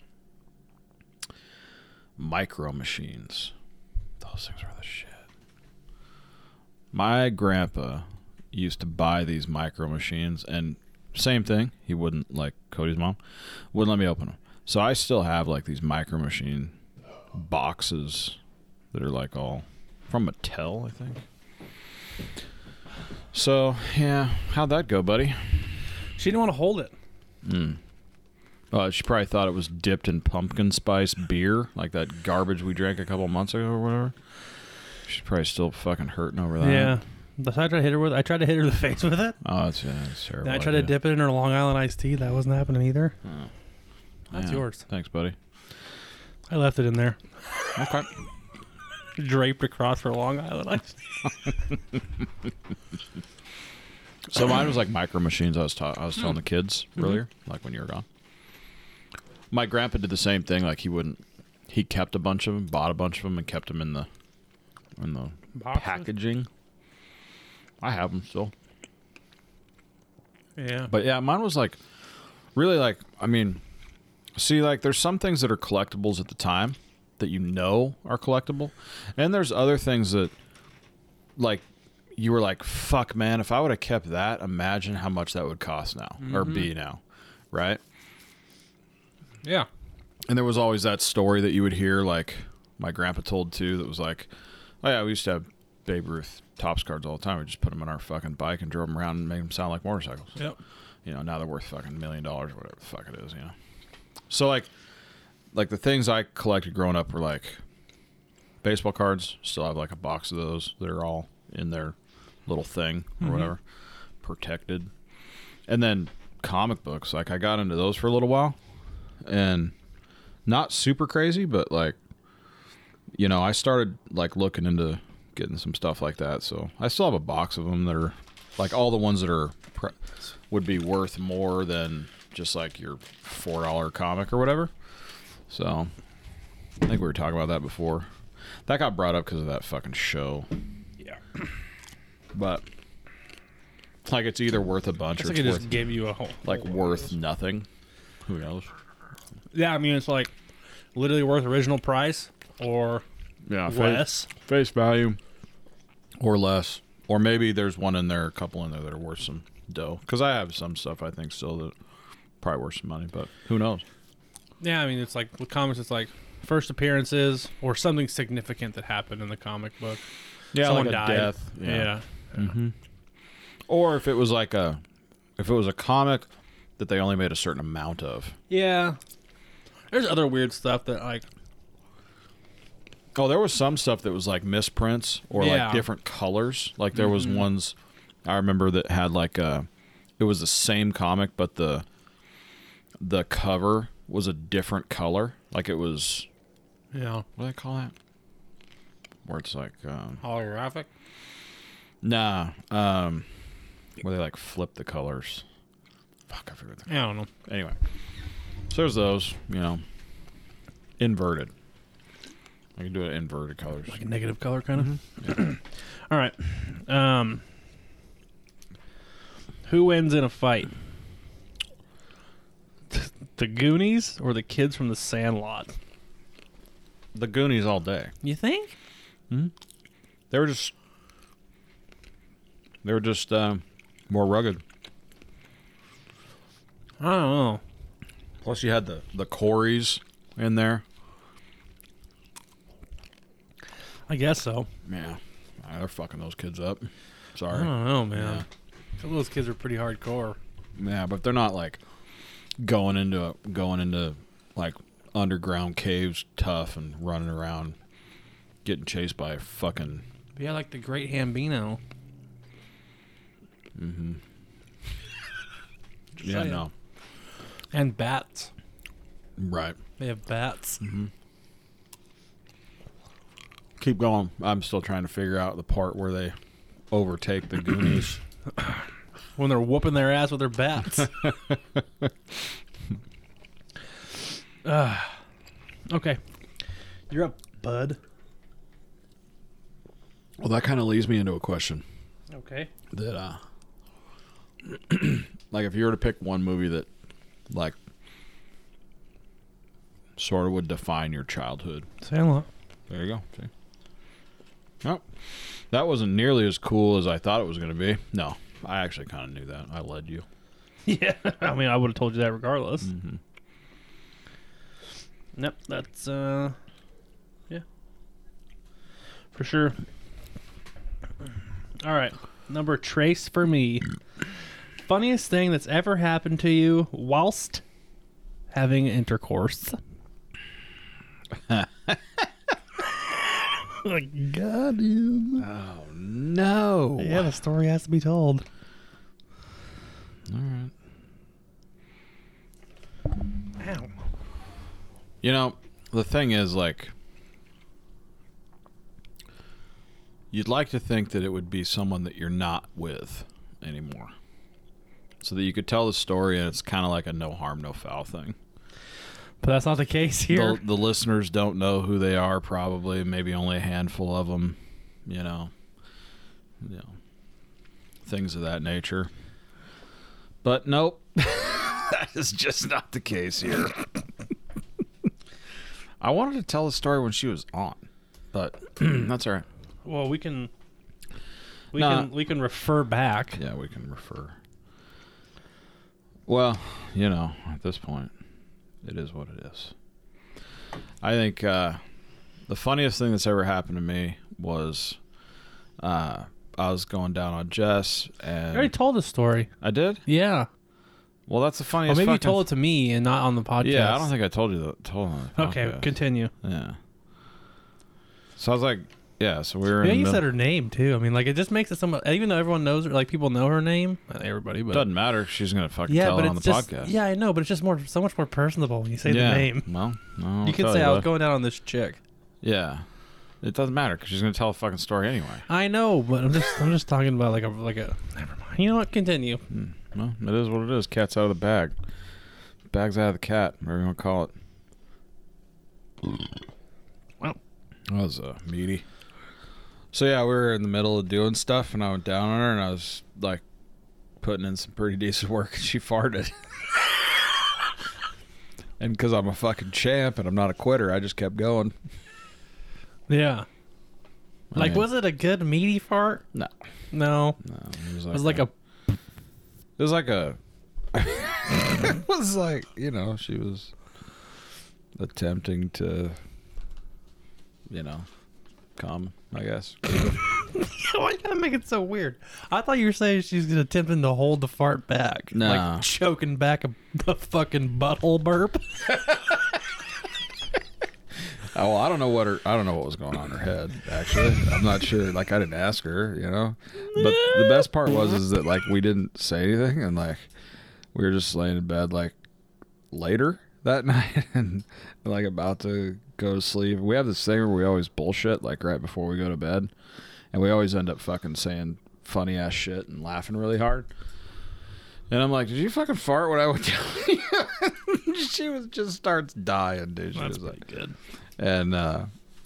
S1: micro machines. Those things are the shit. My grandpa used to buy these micro machines, and same thing. He wouldn't like Cody's mom wouldn't let me open them. So I still have like these micro machine boxes that are like all from Mattel, I think. So yeah, how'd that go, buddy?
S2: She didn't want to hold it.
S1: Uh, Mm. she probably thought it was dipped in pumpkin spice beer, like that garbage we drank a couple months ago or whatever. She's probably still fucking hurting over that.
S2: yeah. That's what I tried to hit her with. I tried to hit her in the face with it.
S1: Oh, that's, yeah, that's terrible.
S2: Then I tried to
S1: idea. Oh.
S2: dip it in her Long Island iced tea. That wasn't happening either. That's
S1: Yeah.
S2: yours.
S1: Thanks, buddy.
S2: I left it in there,
S1: Okay.
S2: draped across her Long Island iced tea.
S1: so mine was like micro machines. I was ta- I was telling the kids
S2: Mm-hmm.
S1: earlier, like when you were gone. My grandpa did the same thing. Like he wouldn't. He kept a bunch of them, bought a bunch of them, and kept them in the in the
S2: Boxes?
S1: packaging. I have them still.
S2: Yeah.
S1: But yeah, mine was like really like I mean, see like there's some things that are collectibles at the time that you know are collectible, and there's other things that like you were like fuck man, if I would have kept that, imagine how much that would cost now or be now, right?
S2: yeah.
S1: And there was always that story that you would hear, like my grandpa told too, that was like, oh yeah, we used to have Babe Ruth tops cards all the time. We just put them on our fucking bike and drove them around and made them sound like motorcycles
S2: Yep.
S1: you know now they're worth fucking million dollars or whatever the fuck it is you know so like like the things i collected growing up were like baseball cards still have like a box of those they're all in their little thing or whatever protected and then comic books like i got into those for a little while and not super crazy but like you know i started like looking into getting some stuff like that so i still have a box of them that are like all the ones that are pre- would be worth more than just like your four dollar comic or whatever. So I think we were talking about that before. That got brought up because of that fucking show.
S2: Yeah.
S1: But like it's either worth a bunch
S2: It's
S1: or
S2: like
S1: it's
S2: it
S1: worth
S2: just gave you a whole
S1: like worth nothing. Who knows?
S2: Yeah, I mean it's like literally worth original price or
S1: Yeah,
S2: less.
S1: face value or less or maybe there's one in there a couple in there that are worth some dough because i have some stuff i think still that probably worth some money but who knows
S2: Yeah, I mean it's like with comics, it's like first appearances or something significant that happened in the comic book.
S1: yeah
S2: Someone
S1: like a
S2: died.
S1: death
S2: Yeah.
S1: or if it was like a if it was a comic that they only made a certain amount of
S2: Yeah. There's other weird stuff that like
S1: oh there was some stuff that was like misprints or
S2: Yeah.
S1: like different colors like there was ones i remember that had like a it was the same comic but the the cover was a different color like it was
S2: you know
S1: what do they call that where it's like um,
S2: Holographic.
S1: nah, um, where they like flip the colors. Fuck, I forget.
S2: I don't know.
S1: The- anyway, so there's those. You know, inverted. I can do it inverted colors.
S2: Like a negative color, kind of.
S1: Mm-hmm.
S2: All right. Um, who wins in a fight? The Goonies or the kids from the Sandlot?
S1: The Goonies all day.
S2: You think?
S1: They were just they were just um, more rugged.
S2: I don't know.
S1: Plus, you had the the Corys in there.
S2: I guess so.
S1: Yeah, Ah, they're fucking those kids up.
S2: I
S1: Sorry.
S2: don't know, man. Some of those kids are pretty hardcore.
S1: Yeah, but they're not like going into going into like underground caves tough and running around getting chased by a fucking
S2: yeah, like the Great Hambino.
S1: yeah
S2: saying.
S1: no
S2: And bats.
S1: right
S2: They have bats.
S1: keep going i'm still trying to figure out the part where they overtake the goonies
S2: When they're whooping their ass with their bats. Ah. okay. You're up, bud.
S1: well that kind of leads me into a question
S2: Okay.
S1: that uh like if you were to pick one movie that like sort of would define your childhood
S2: Sandlot.
S1: There you go. See? Oh, that wasn't nearly as cool as I thought it was going to be. No, I actually kind of knew that. I led you.
S2: Yeah, I mean, I would have told you that regardless. Yep, that's uh, yeah, for sure. All right, number trace for me. Funniest thing that's ever happened to you whilst having intercourse. God, dude.
S1: Oh no!
S2: yeah, the story has to be told.
S1: All right.
S2: Ow.
S1: You know, the thing is, like, you'd like to think that it would be someone that you're not with anymore, so that you could tell the story, and it's kind of like a no harm, no foul thing.
S2: But that's not the case here.
S1: The, the listeners don't know who they are, probably. Maybe only a handful of them, you know. You know, things of that nature. But nope, that is just not the case here. I wanted to tell the story when she was on, but that's all right.
S2: Well, we can. We
S1: Nah.
S2: can we can refer back.
S1: Yeah, we can refer. Well, you know, at this point, it is what it is. I think uh, the funniest thing that's ever happened to me was uh, I was going down on Jess,
S2: You already
S1: and
S2: told the story.
S1: I did.
S2: Yeah.
S1: Well, that's the
S2: Or
S1: funniest.
S2: maybe you
S1: fucking-
S2: told it to me and not on the podcast.
S1: Yeah, I don't think I told you that. Told on the
S2: Okay,
S1: podcast.
S2: continue.
S1: Yeah. So I was like, yeah. So we were.
S2: Yeah,
S1: in
S2: you
S1: the-
S2: said her name too. I mean, like it just makes it somewhat. Even though everyone knows her, like people know her name, not everybody, but
S1: Doesn't matter. She's gonna fucking
S2: yeah,
S1: tell
S2: but
S1: it
S2: it's
S1: on the
S2: just
S1: podcast.
S2: yeah, I know, but it's just more so much more personable when you say
S1: Yeah.
S2: the name.
S1: Well, no, I'll
S2: You could
S1: tell
S2: say I was
S1: bud.
S2: going down on this chick.
S1: Yeah. It doesn't matter because she's going to tell a fucking story anyway.
S2: I know, but I'm just I'm just talking about like a like a. Never mind. You know what? Continue.
S1: Well, it is what it is. Cat's out of the bag. Bag's out of the cat, whatever you want to call it.
S2: Wow.
S1: That was uh, meaty. So, yeah, we were in the middle of doing stuff, and I went down on her, and I was like putting in some pretty decent work, and she farted. and because I'm a fucking champ and I'm not a quitter, I just kept going.
S2: Yeah.
S1: I
S2: Like,
S1: mean-
S2: was it a good meaty fart?
S1: No.
S2: No,
S1: No. It was like,
S2: it was like a
S1: It was like a. it was like you know she was attempting to, you know, come. I guess.
S2: Why you gotta make it so weird? I thought you were saying she's attempting to hold the fart back,
S1: Nah.
S2: like choking back a, a fucking butthole burp.
S1: oh, well, I don't know what her. I don't know what was going on in her head. Actually, I'm not sure. Like I didn't ask her. You know, but the best part was is that like we didn't say anything and like we were just laying in bed like later that night and like about to go to sleep. We have this thing where we always bullshit like right before we go to bed, and we always end up fucking saying funny ass shit and laughing really hard. And I'm like, did you fucking fart when I went down? she was just starts dying, dude. She was like,
S2: good.
S1: and uh,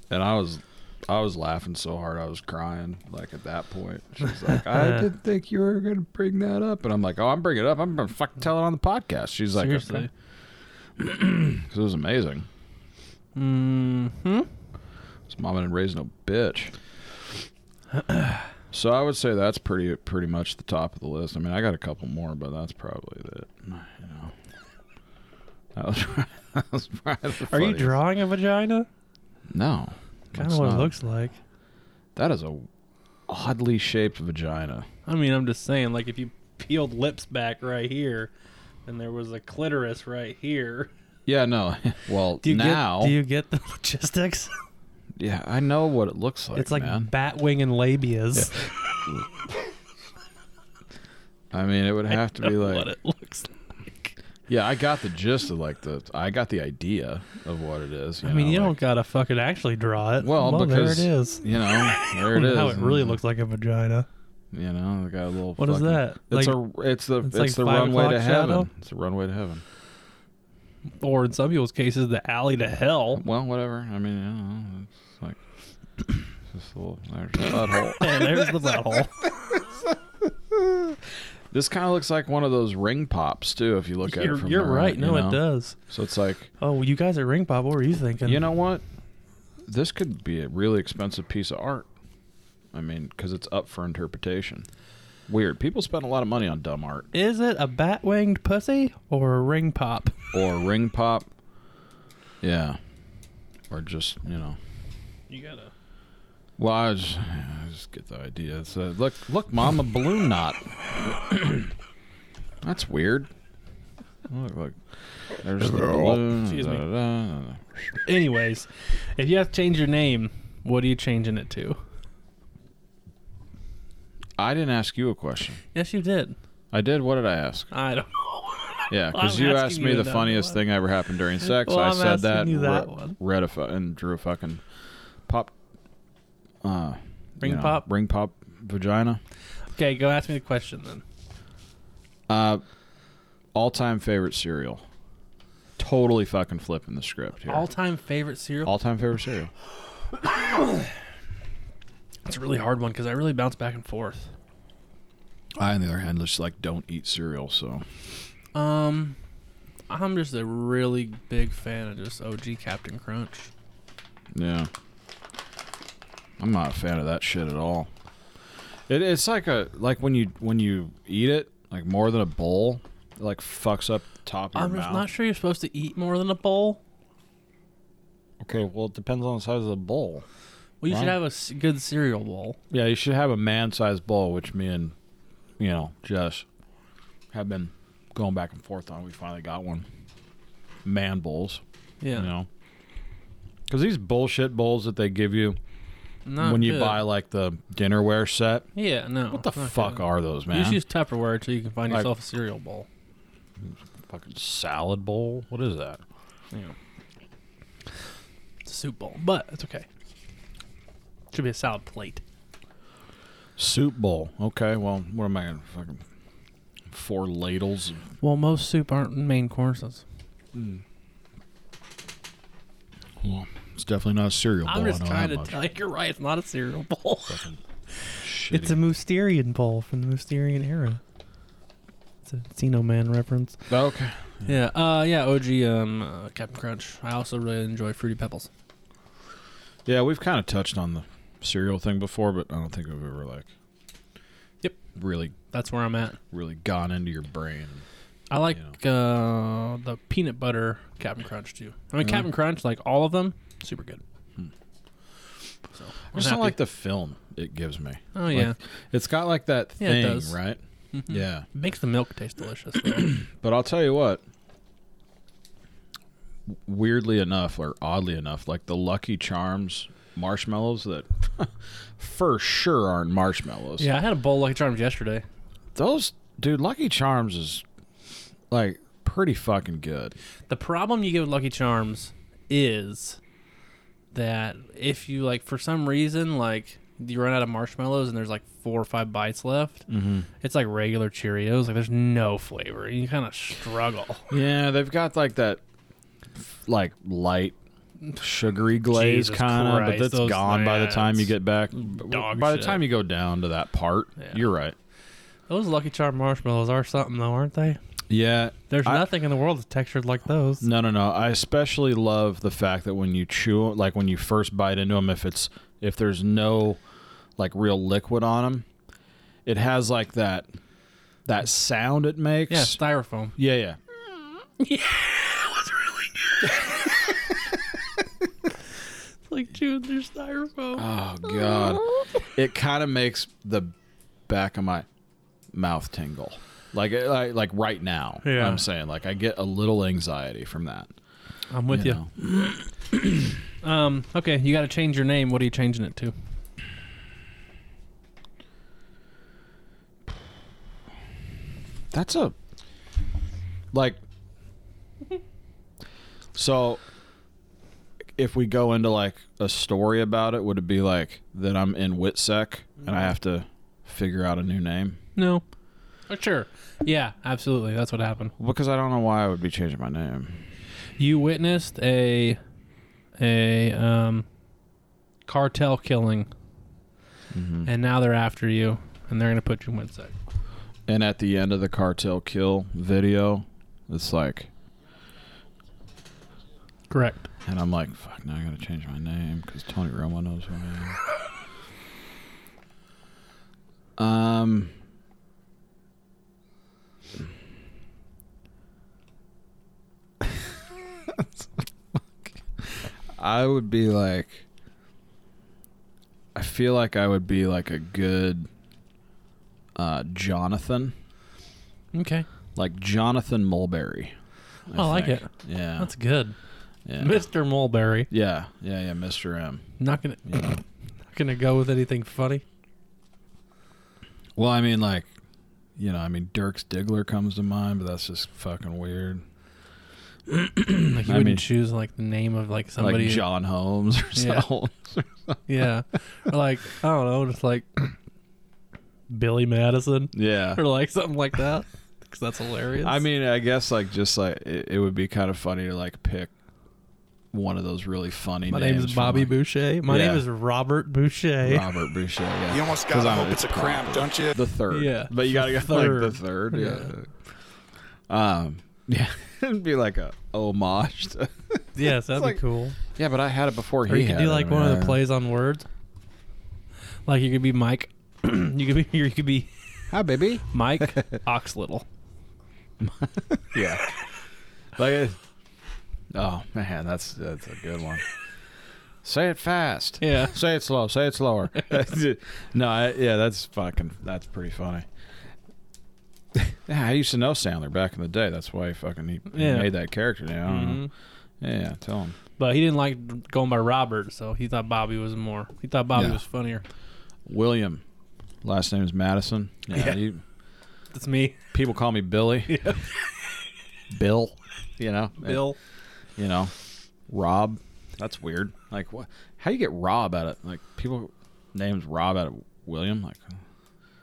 S1: and I was I was laughing so hard I was crying. Like at that point, she's like, I didn't think you were gonna bring that up, and I'm like, oh, I'm bringing it up. I'm gonna fucking tell it on the podcast. She's like,
S2: Seriously.
S1: okay. 'Cause it was amazing.
S2: Mm-hmm.
S1: It's mom and raised no bitch. so I would say that's pretty pretty much the top of the list. I mean, I got a couple more, but that's probably it. You know. That was, that was probably the
S2: Are you
S1: funniest.
S2: drawing a vagina?
S1: No.
S2: Kind
S1: it's
S2: of what it
S1: not.
S2: looks like.
S1: That is a oddly shaped vagina.
S2: I mean, I'm just saying, like, if you peeled lips back right here, and there was a clitoris right here.
S1: Yeah, no. Well,
S5: Do you
S1: now,
S5: get? Do you get the logistics?
S1: yeah, I know what it looks like.
S5: it's like
S1: man.
S5: bat wing and labias.
S1: I mean, it would have to be like.
S5: what it looks. like.
S1: Yeah, I got the gist of like the. I got the idea of what it is. You
S5: I mean,
S1: know,
S5: you
S1: like-
S5: don't gotta fucking actually draw it.
S1: Well, because
S5: there it is.
S1: You know, there it is.
S5: Now it really looks like a vagina.
S1: You know, it got a little.
S5: What is
S1: fucking-
S5: that?
S1: It's
S5: Like-
S1: a. It's the. It's,
S5: it's like
S1: the
S5: five
S1: runway to
S5: o'clock
S1: heaven.
S5: shadow?
S1: It's the runway to heaven.
S2: Or in some people's cases, the alley to hell.
S1: Well, whatever. I mean, I don't know. It's like. It's just a little. There's a butthole.
S5: And there's the butthole.
S1: This kind of looks like one of those ring pops too. If you look at it
S5: You're,
S1: from
S5: you're
S1: the
S5: right. No,
S1: you know?
S5: it does.
S1: So it's like
S5: Oh, you guys at Ring Pop, what were you thinking?
S1: you know what? This could be a really expensive piece of art. I mean, because it's up for interpretation. Weird. People spend a lot of money on dumb art
S5: is it a bat winged pussy or a ring pop?
S1: or ring pop. Yeah. Or just you know.
S2: You gotta.
S1: Well, I just, I just get the idea. So look, look, mom, a balloon knot. That's weird. Look, look. There's the balloon.
S2: Excuse me.
S1: da-da-da, da-da.
S2: Anyways, if you have to change your name, what are you changing it to?
S1: I didn't ask you a question.
S2: Yes, you did.
S1: I did. What did I ask?
S2: I don't know.
S1: Yeah,
S2: Well,
S1: because
S2: I'm
S1: you
S2: asking
S1: asked me
S2: you
S1: the
S2: another
S1: funniest
S2: one.
S1: thing ever happened during sex.
S5: Well,
S1: I
S5: I'm
S1: said
S5: asking
S1: that,
S5: you
S1: and
S5: that
S1: re-
S5: one.
S1: read a fu- and drew a fucking pop. Uh,
S2: Ring pop?
S1: Ring pop vagina.
S2: Okay, go ask me the question then.
S1: Uh, all time favorite cereal. Totally fucking flipping the script here.
S2: All time favorite cereal?
S1: All time favorite cereal.
S2: It's a really hard one because I really bounce back and forth.
S1: I, on the other hand, just like don't eat cereal, so
S2: Um, I'm just a really big fan of just OG Captain Crunch.
S1: yeah. I'm not a fan of that shit at all. It, it's like a like when you when you eat it like more than a bowl, it like fucks up the top of
S2: I'm
S1: your
S2: just
S1: mouth.
S2: not sure you're supposed to eat more than a bowl.
S1: Okay, well it depends on the size of the bowl.
S2: Well, you should
S1: Wow.
S2: have a s- good cereal bowl.
S1: Yeah, you should have a man-sized bowl, which me and you know Jess have been going back and forth on. We finally got one. Man bowls,
S2: Yeah.
S1: you know, because these bullshit bowls that they give you
S2: Not
S1: when you
S2: good.
S1: buy like the dinnerware set.
S2: Yeah, no.
S1: What the fuck are those,
S2: You
S1: man?
S2: should use Tupperware until you can find
S1: Like-
S2: yourself a cereal bowl.
S1: fucking salad bowl. What is that?
S2: Yeah. It's a soup bowl, but it's okay. Should be a salad plate.
S1: Soup bowl. Okay, well, what am I gonna fucking four ladles?
S2: Well, most soup aren't main courses.
S1: Well, it's definitely not a cereal bowl.
S2: I'm just
S1: I know
S2: trying
S1: that
S2: to
S1: much.
S2: tell you, you're right. It's not a cereal bowl.
S1: Shitty.
S5: It's a Mousterian pole from the Mousterian era. It's a Xeno Man reference.
S1: okay.
S2: yeah, uh, yeah. OG um, uh, Captain Crunch. I also really enjoy Fruity Pebbles.
S1: Yeah, we've kind of touched on the cereal thing before, but I don't think we've ever like.
S2: Yep.
S1: Really,
S2: That's where I'm at.
S1: really gone into your brain.
S2: I like uh, the peanut butter Captain Crunch too. I mean, Captain Crunch, like all of them, super good. So,
S1: Hmm. I just don't like the film it gives me.
S2: Oh
S1: Like,
S2: yeah,
S1: It's got like that
S2: Yeah, it
S1: thing,
S2: does. Mm-hmm.
S1: right? Yeah.
S2: makes the milk taste delicious.
S1: But I'll tell you what. Weirdly enough, or oddly enough, like the Lucky Charms marshmallows that for sure aren't marshmallows.
S2: yeah, I had a bowl of Lucky Charms yesterday.
S1: Those, dude, Lucky Charms is like pretty fucking good.
S2: The problem you get with Lucky Charms is that if you like for some reason like you run out of marshmallows and there's like four or five bites left,
S1: Mm-hmm.
S2: it's like regular Cheerios. Like there's no flavor. You kind of struggle.
S1: Yeah, they've got like that, like light sugary glaze
S2: Jesus
S1: kind of, but
S2: Christ,
S1: that's
S2: those-
S1: gone by the
S2: yeah,
S1: time you
S2: it's
S1: get back.
S2: dog
S1: by the
S2: shit.
S1: time you go down to that part,
S2: Yeah.
S1: you're right.
S2: Those Lucky Charm marshmallows are something though, aren't they?
S1: Yeah,
S5: There's
S1: I-
S5: nothing in the world that's textured like those.
S1: No, no, no. I especially love the fact that when you chew, like when you first bite into them, if it's if there's no like real liquid on them, it has like that that sound it makes.
S2: Yeah, styrofoam.
S1: Yeah, yeah.
S2: Like chewing their styrofoam.
S1: Oh god, it kind of makes the back of my mouth tingle. Like, like, like right now.
S2: Yeah.
S1: I'm saying like I get a little anxiety from that.
S2: I'm with
S1: you
S2: you.
S1: know?
S2: Um, okay, you got to change your name. What are you changing it to?
S1: That's a like so if we go into like a story about it, would it be like that I'm in WITSEC and I have to figure out a new name?
S2: No. Oh, sure. Yeah, absolutely. That's what happened.
S1: Because I don't know why I would be changing my name.
S2: You witnessed a a um cartel killing,
S1: Mm-hmm.
S2: and now they're after you, and they're gonna put you in WITSEC.
S1: And at the end of the cartel kill video, it's like
S2: Correct.
S1: and I'm like, fuck, now I gotta change my name because Tony Romo knows who I am. Um, I would be like, I feel like I would be like a good uh, Jonathan,
S2: Okay,
S1: like Jonathan Mulberry.
S2: I like
S1: think.
S2: it.
S1: Yeah,
S2: that's good,
S1: yeah.
S2: Mister Mulberry.
S1: Yeah, yeah, yeah, Mr. M.
S2: Not gonna
S1: You know.
S5: Not gonna go with anything funny.
S1: well, I mean, like, you know, I mean, Dirks Diggler comes to mind, but that's just fucking weird.
S2: like you
S1: I
S2: wouldn't
S1: mean-
S2: choose like the name of like somebody.
S1: like John Holmes or
S2: Yeah.
S1: something.
S2: Yeah, or like I don't know, just like Billy Madison
S1: Yeah.
S2: or like something like that, because that's hilarious.
S1: I mean, I guess like just like it, it would be kind of funny to like pick one of those really funny.
S2: my
S1: names
S2: name is Bobby
S1: from,
S2: Boucher. My
S1: Yeah.
S2: name is
S5: Robert Boucher.
S1: like, Robert Boucher. Yeah.
S6: You almost
S1: 'Cause
S6: gotta
S1: I'm-
S6: hope it's a cramp, don't you?
S1: The third.
S2: Yeah.
S1: But you gotta get like the
S2: Third.
S1: third. Yeah. Um. Yeah. It'd be like a homage. To,
S5: yes, that'd
S1: like-
S5: be cool.
S1: yeah, but I had it before
S2: Or
S1: he
S2: you could
S1: had
S2: do
S1: it. I
S2: like
S1: mean,
S2: one of
S1: I-
S2: the plays on words. Like you could be Mike. you could be you could be
S1: Hi, baby.
S2: Mike Oxlittle.
S1: Yeah. like it, Oh man, that's that's a good one. Say it fast.
S2: Yeah.
S1: Say it slow. Say it slower. no, I, yeah, that's fucking that's pretty funny. Yeah, I used to know Sandler back in the day. That's why he fucking he, he
S2: Yeah.
S1: made that character. Now, I don't know.
S2: Mhm.
S1: yeah, tell him.
S2: But he didn't like going by Robert, so he thought Bobby was more. He thought Bobby
S1: Yeah.
S2: was funnier.
S1: William, last name is Madison. Yeah,
S2: Yeah.
S1: you-
S2: That's me,
S1: people call me Billy. Bill, you know,
S2: Bill.
S1: you know, Rob. That's weird. Like, what? How you get Rob out of like people names Rob out of William? Like,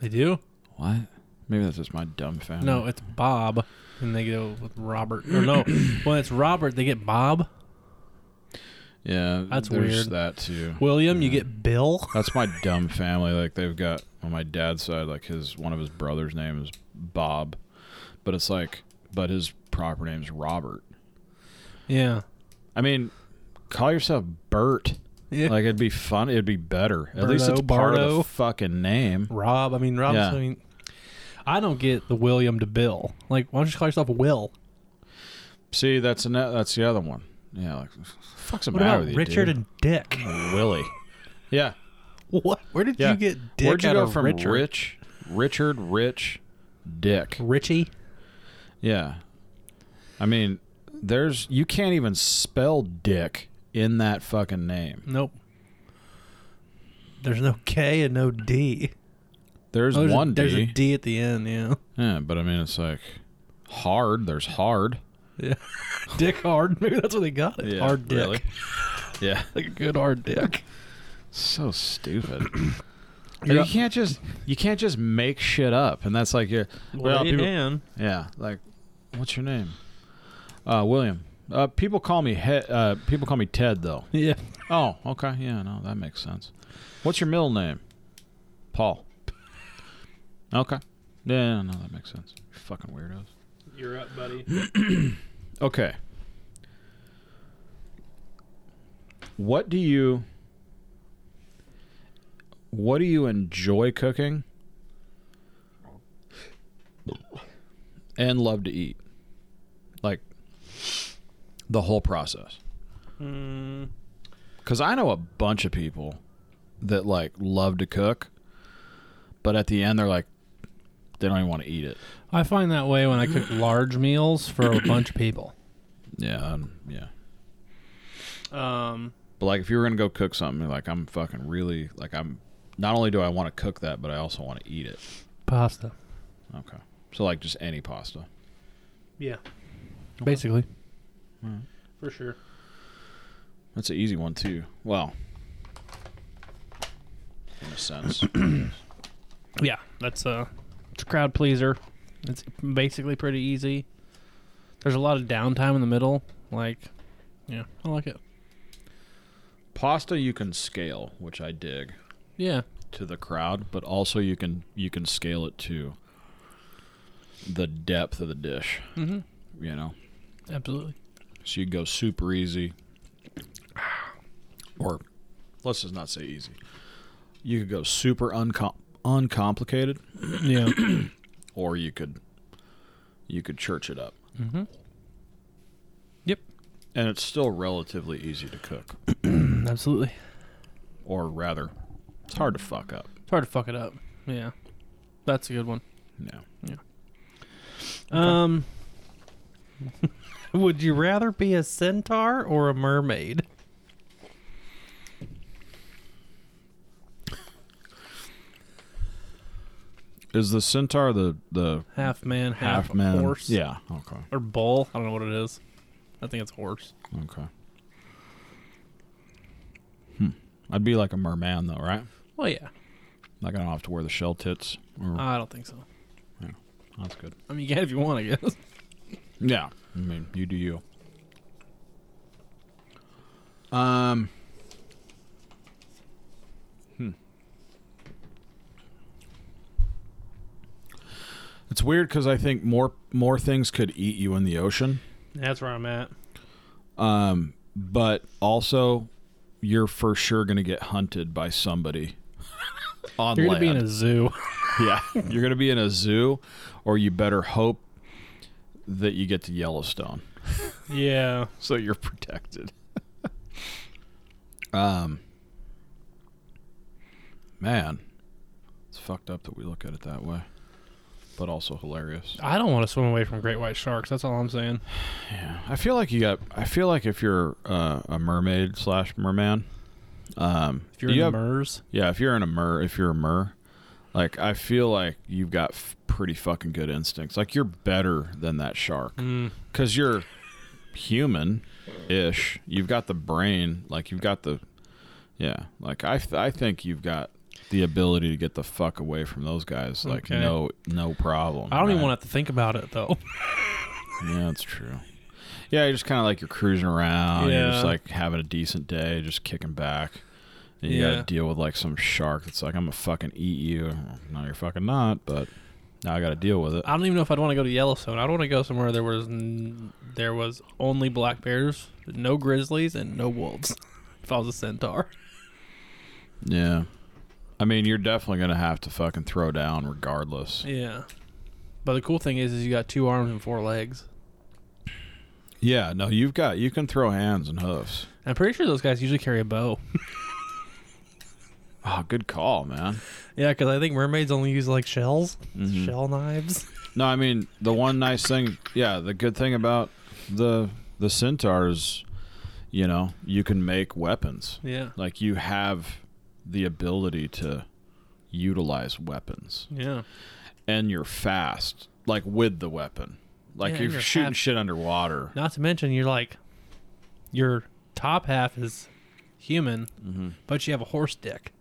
S2: They do?
S1: what? Maybe that's just my dumb family.
S2: No, it's Bob, and they go with Robert. Or no, when it's Robert, they get Bob.
S1: yeah,
S2: That's
S1: there's
S2: weird.
S1: That too.
S2: William, you get Bill.
S1: That's my dumb family. Like they've got on my dad's side, like his one of his brothers' name is Bob, but it's like, but his proper name's Robert.
S2: Yeah.
S1: I mean, call yourself Bert.
S2: Yeah.
S1: Like it'd be fun. It'd be better. At least
S2: Berto,
S1: it's part of the
S2: Barto.
S1: fucking name.
S2: Rob. I mean, Rob's.
S1: Yeah.
S2: I mean, I don't get the William to Bill. Like, why don't you call yourself Will?
S1: See, that's an, that's the other one. Yeah, like, fuck's the
S5: What
S1: matter
S5: about
S1: with you,
S5: Richard
S1: dude?
S5: and Dick?
S1: Willie? Yeah,
S5: What? Where did
S1: yeah.
S5: you get Dick
S1: Where'd you
S5: out
S1: go
S5: of
S1: from
S5: Richard?
S1: Rich, Richard, Rich, Dick?
S2: Richie.
S1: Yeah, I mean, there's you can't even spell Dick in that fucking name.
S2: Nope.
S5: There's no K and no D.
S1: There's,
S2: Oh, there's
S1: one
S2: a,
S1: D.
S2: There's a D at the end. Yeah.
S1: Yeah, but I mean, it's like hard. There's hard.
S2: Yeah. Dick hard. Maybe that's what they got it. hard dick.
S1: really. Yeah.
S2: like a good hard dick.
S1: So stupid. And
S2: You're
S1: you
S2: up.
S1: can't just you can't just make shit up, and that's like your Well,
S5: Lay
S1: people-
S5: down.
S1: yeah. Like, what's your name? Uh, William. Uh, people call me he- uh, people call me Ted though.
S2: Yeah.
S1: Oh, okay. Yeah, no, that makes sense. What's your middle name? Paul. Okay. Yeah, no, that makes sense. Fucking weirdos.
S2: You're up, buddy.
S1: Okay. What do you What do you enjoy cooking? And love to eat. Like the whole process. Cuz I know a bunch of people that like love to cook, but at the end they're like they don't even want to eat it.
S2: I find that way when I cook large meals for a bunch of people.
S1: Yeah, um, yeah.
S2: Um,
S1: But like, if you were gonna go cook something, like I'm fucking really like I'm. Not only do I want to cook that, but I also want to eat it.
S5: Pasta.
S1: Okay. So like just any pasta.
S2: yeah,
S5: Basically.
S1: Hmm.
S2: for sure.
S1: That's an easy one too. Well, in a sense.
S2: Yeah, that's uh, it's a crowd pleaser. It's basically pretty easy. There's a lot of downtime in the middle. Like, yeah, I like it.
S1: pasta you can scale, which I dig
S2: Yeah,
S1: to the crowd, but also you can you can scale it to the depth of the dish.
S2: Mhm.
S1: You know,
S2: absolutely.
S1: so you can go super easy, or let's just not say easy. You could go super uncom- uncomplicated.
S2: Yeah,
S1: or you could you could church it up
S2: Yep.
S1: and it's still relatively easy to cook
S2: absolutely.
S1: or rather it's hard to fuck up
S2: It's hard to fuck it up. Yeah, that's a good one.
S1: no
S2: Um,
S5: Would you rather be a centaur or a mermaid?
S1: is the centaur the the
S2: half man, half,
S1: half, man
S2: horse.
S1: yeah okay
S2: or bull. I don't know what it is. I think it's horse.
S1: okay hmm i'd be like a merman though right
S2: Well, yeah,
S1: like i don't have to wear the shell tits or,
S2: I don't think so.
S1: that's good
S2: I mean, you can if you want, I guess.
S1: yeah i mean you do you um Hmm. It's weird because I think more more things could eat you in the ocean,
S2: That's where I'm at.
S1: but also you're for sure going to get hunted by somebody on
S2: You're
S1: land.
S2: gonna be in a zoo.
S1: yeah, you're going to be in a zoo, or you better hope that you get to Yellowstone
S2: yeah.
S1: so you're protected. um, man, it's fucked up that we look at it that way, but also hilarious.
S2: I don't want to swim away from great white sharks. That's all I'm saying.
S1: I feel like you got. I feel like if you're uh, a mermaid slash merman, um,
S2: If you're
S1: you have-
S2: in MERS,
S1: yeah, if you're in a mer, if you're a mer, like I feel like you've got f- pretty fucking good instincts. Like you're better than that shark
S2: Hmm.
S1: because you're human ish. You've got the brain. Like you've got the yeah. Like I th- I think you've got the ability to get the fuck away from those guys. Like
S2: Okay.
S1: no no problem.
S2: I don't even
S1: right?
S2: want to have to think about it though.
S1: Yeah, that's true. Yeah, you're just kind of like you're cruising around. You're just
S2: Yeah.
S1: like having a decent day, just kicking back. And you
S2: Yeah.
S1: gotta deal with like some shark that's like, I'm gonna fucking eat you. No, you're fucking not, but now I gotta deal with it.
S2: I don't even know if I'd want to go to Yellowstone. I'd want to go somewhere there was n- there was only black bears, no grizzlies, and no wolves. If I was a centaur,
S1: Yeah. I mean, you're definitely gonna have to fucking throw down regardless.
S2: yeah. But the cool thing is, is you got two arms and four legs.
S1: Yeah, no, you've got, you can throw hands and hoofs.
S2: I'm pretty sure those guys usually carry a bow.
S1: Oh, good call, man.
S5: Yeah, because I think mermaids only use like shells,
S2: Mm-hmm.
S5: shell knives.
S1: No, I mean the one nice thing, yeah, the good thing about the the centaurs, you know, you can make weapons.
S2: Yeah,
S1: Like you have the ability to utilize weapons,
S2: yeah.
S1: and you're fast, like with the weapon. Like
S2: Yeah, and
S1: you're,
S2: you're
S1: shooting
S2: fast.
S1: shit underwater.
S5: Not to mention, you're like, your top half is
S7: human,
S1: Mm-hmm.
S7: but you have a horse dick.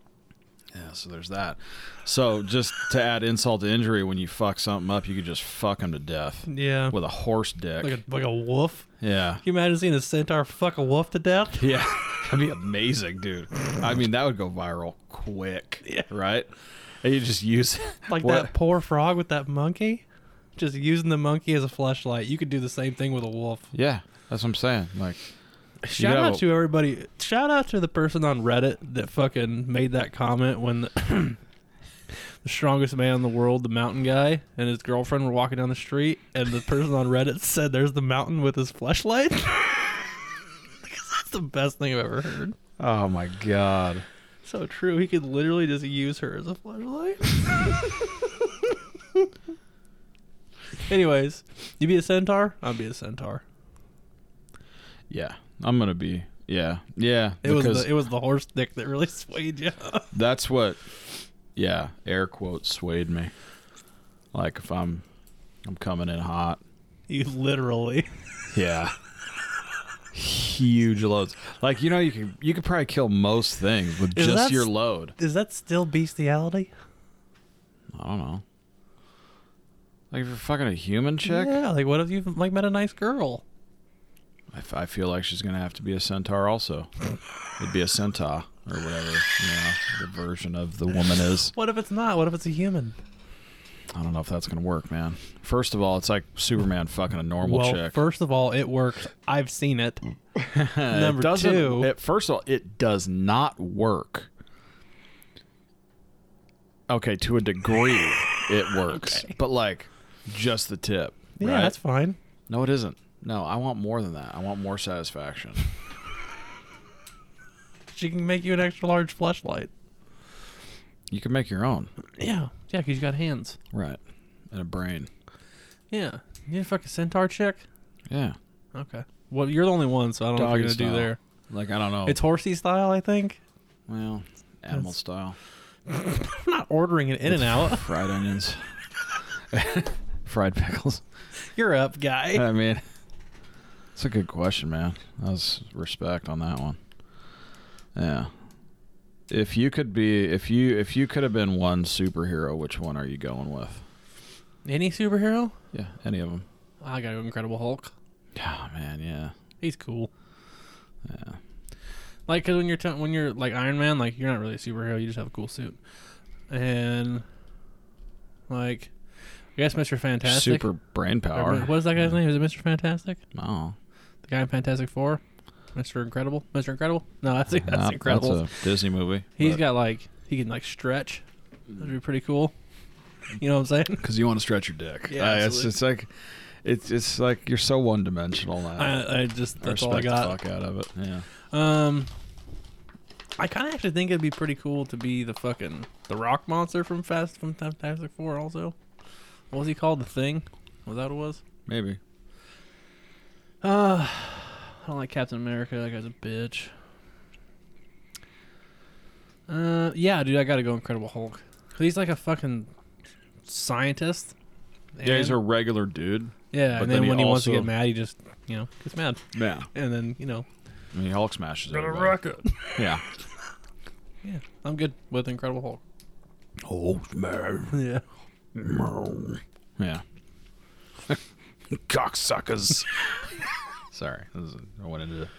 S1: Yeah, so there's that. So just to add insult to injury, when you fuck something up, you could just fuck them to death
S2: Yeah.
S1: with a horse dick.
S2: Like a, like a wolf.
S1: yeah,
S2: Can you imagine seeing a centaur fuck a wolf to death?
S1: yeah, that'd be amazing, dude. I mean, that would go viral quick,
S2: Yeah.
S1: right? And you just use
S2: Like
S1: what-
S2: that poor frog with that monkey? Just using the monkey as a flashlight. You could do the same thing with a wolf.
S1: Yeah, that's what I'm saying. Like,
S2: Shout
S1: know-
S2: out to everybody. Shout out to the person on Reddit that fucking made that comment when the, the strongest man in the world, the mountain guy, and his girlfriend were walking down the street, and the person on Reddit said, "There's the mountain with his flashlight." That's the best thing I've ever heard.
S1: oh my god.
S2: So true. He could literally just use her as a flashlight. Anyways, you be a centaur. I'll be a centaur.
S1: Yeah, I'm gonna be. Yeah, yeah.
S2: It was
S1: because
S2: the, it was the horse dick that really swayed you.
S1: that's what. Yeah, air quotes swayed me. Like if I'm, I'm coming in hot.
S2: You literally.
S1: Yeah. Huge loads. Like you know, you could you could probably kill most things with
S2: Is
S1: just
S2: that
S1: your
S2: s-
S1: load.
S2: Is that still bestiality?
S1: I don't know. Like if you're fucking a human chick,
S2: Yeah, like what if you like met a nice girl?
S1: I, f- I feel like she's gonna have to be a centaur also. It'd be a centaur or whatever, you know, the version of the woman is.
S2: What if it's not? What if it's a human?
S1: I don't know if that's gonna work, man. First of all, it's like Superman fucking a normal Mm.
S2: well,
S1: chick.
S2: first of all, it works. I've seen it. number
S1: it doesn't,
S2: two-
S1: it- first of all, it does not work. Okay, to a degree, it works, but like just the tip.
S2: Yeah,
S1: right?
S2: that's fine.
S1: no, it isn't. No, I want more than that. I want more satisfaction.
S2: She can make you an extra large flashlight.
S1: You can make your own,
S2: Yeah, yeah, because you got hands.
S1: right? And a brain.
S2: Yeah, you fuck a centaur chick.
S1: Yeah,
S2: Okay. Well, you're the only one, so I don't know what
S1: Doggy
S2: you're gonna do
S1: style. Oh.
S2: there.
S1: like I don't know.
S2: It's horsey style, I think.
S1: well, animal
S2: That's-
S1: style,
S2: I'm not ordering it in and out.
S1: fried onions, fried pickles.
S2: You're up, guy.
S1: I mean, it's a good question, man. That was respect on that one. Yeah. If you could be, if you if you could have been one superhero, which one are you going with?
S2: Any superhero?
S1: Yeah, any of them.
S2: I gotta go Incredible Hulk.
S1: Oh man, yeah,
S2: He's cool.
S1: yeah.
S2: Like, cause when you're t- when you're like Iron Man, like you're not really a superhero. You just have a cool suit, and like, I guess Mister Fantastic.
S1: Super brain
S2: or,
S1: power.
S2: what is that guy's name? Is it Mister Fantastic?
S1: Oh,
S2: The guy in Fantastic Four, Mister Incredible, Mister Incredible. No, that's
S1: yeah,
S2: that's Incredible. He's
S1: That's a Disney movie.
S2: got like he can like stretch. That'd be pretty cool. You know what I'm saying?
S1: because you want to stretch your dick.
S2: Yeah,
S1: Uh, it's
S2: absolutely.
S1: it's like it's it's like you're so one dimensional now.
S2: I, I just
S1: I
S2: that's
S1: respect
S2: all I
S1: the
S2: got.
S1: fuck out of it. Yeah.
S2: Um, I kind of actually think it'd be pretty cool to be the fucking the rock monster from Fast from Fantastic Four. Also, what was he called? The Thing? Was that what it was?
S1: Maybe.
S2: Uh, I don't like Captain America. That guy's a bitch. Uh, yeah, dude, I gotta go Incredible Hulk. He's like a fucking scientist.
S1: Yeah, he's
S2: and-
S1: a regular dude.
S2: yeah,
S1: but
S2: and
S1: then
S2: then,
S1: he
S2: when he wants to
S1: also-
S2: get mad, he just you know gets mad,
S1: Yeah.
S2: and then you know
S1: I mean, Hulk smashes everybody.
S2: it.
S1: Yeah.
S2: Yeah, I'm good with Incredible Hulk.
S1: Oh man.
S2: Yeah.
S1: Yeah. Cocksuckers. Sorry, this is- I went into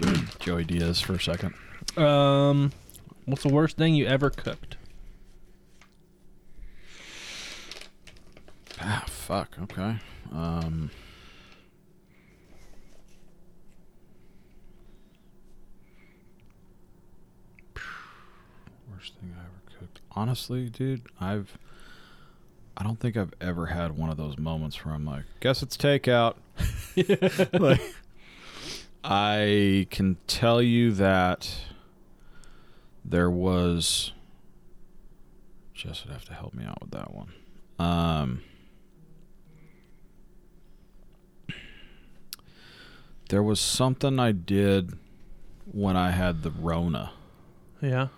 S1: Joey, Joey Diaz for a second.
S2: Um, what's the worst thing you ever cooked?
S1: Ah, fuck. Okay. Um. Worst thing I ever cooked. Honestly, dude, I've. I don't think I've ever had one of those moments where I'm like, guess it's takeout. like, I can tell you that there was. Jess would have to help me out with that one. Um, there was something I did when I had the Rona
S2: Yeah.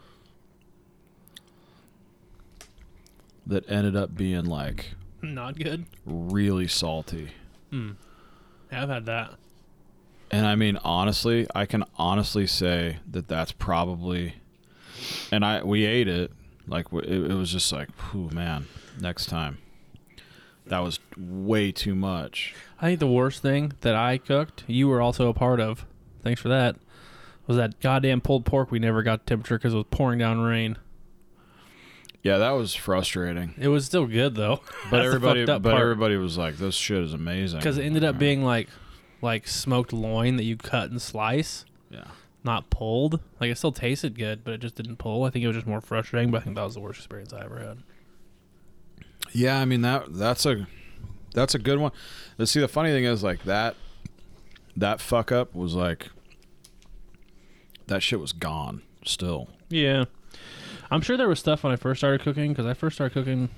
S1: that ended up being like
S2: Not good.
S1: really salty.
S2: Hmm. Yeah, I've had that.
S1: And I mean, honestly, I can honestly say that that's probably. And I we ate it like w- it, it was just like, whew, man, next time. That was way too much.
S2: I think the worst thing that I cooked, you were also a part of. Thanks for that. Was that goddamn pulled pork we never got temperature because it was pouring down rain.
S1: Yeah, that was frustrating.
S2: It was still good though.
S1: But
S2: That's the
S1: everybody,
S2: fucked up
S1: but
S2: part.
S1: everybody was like, "This shit is amazing."
S2: because it ended up being like like smoked loin that you cut and slice,
S1: yeah.
S2: not pulled. Like it still tasted good, but it just didn't pull. I think it was just more frustrating. But I think that was the worst experience I ever had.
S1: Yeah, I mean that that's a that's a good one. But see, the funny thing is, like that that fuck up was like that shit was gone. Still,
S2: Yeah, I'm sure there was stuff when I first started cooking because I first started cooking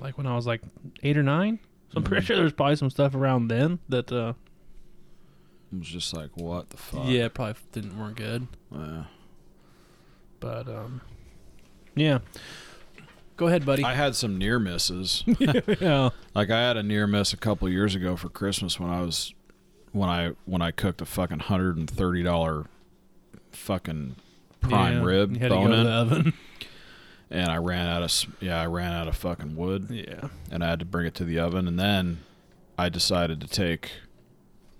S2: like when I was like eight or nine. So I'm
S1: Mm.
S2: pretty sure there's probably some stuff around then that uh,
S1: it was just like, what the fuck?
S2: yeah probably didn't weren't good.
S1: Yeah.
S2: But um, yeah. Go ahead, buddy.
S1: I had some near misses.
S2: yeah.
S1: like I had a near miss a couple years ago for Christmas when I was when I when I cooked a fucking hundred and thirty dollar fucking prime
S2: Yeah.
S1: rib
S2: You had to go
S1: bone
S2: to
S1: in,
S2: the oven.
S1: and I ran out of s- yeah I ran out of fucking wood.
S2: yeah.
S1: and I had to bring it to the oven. And then I decided to take,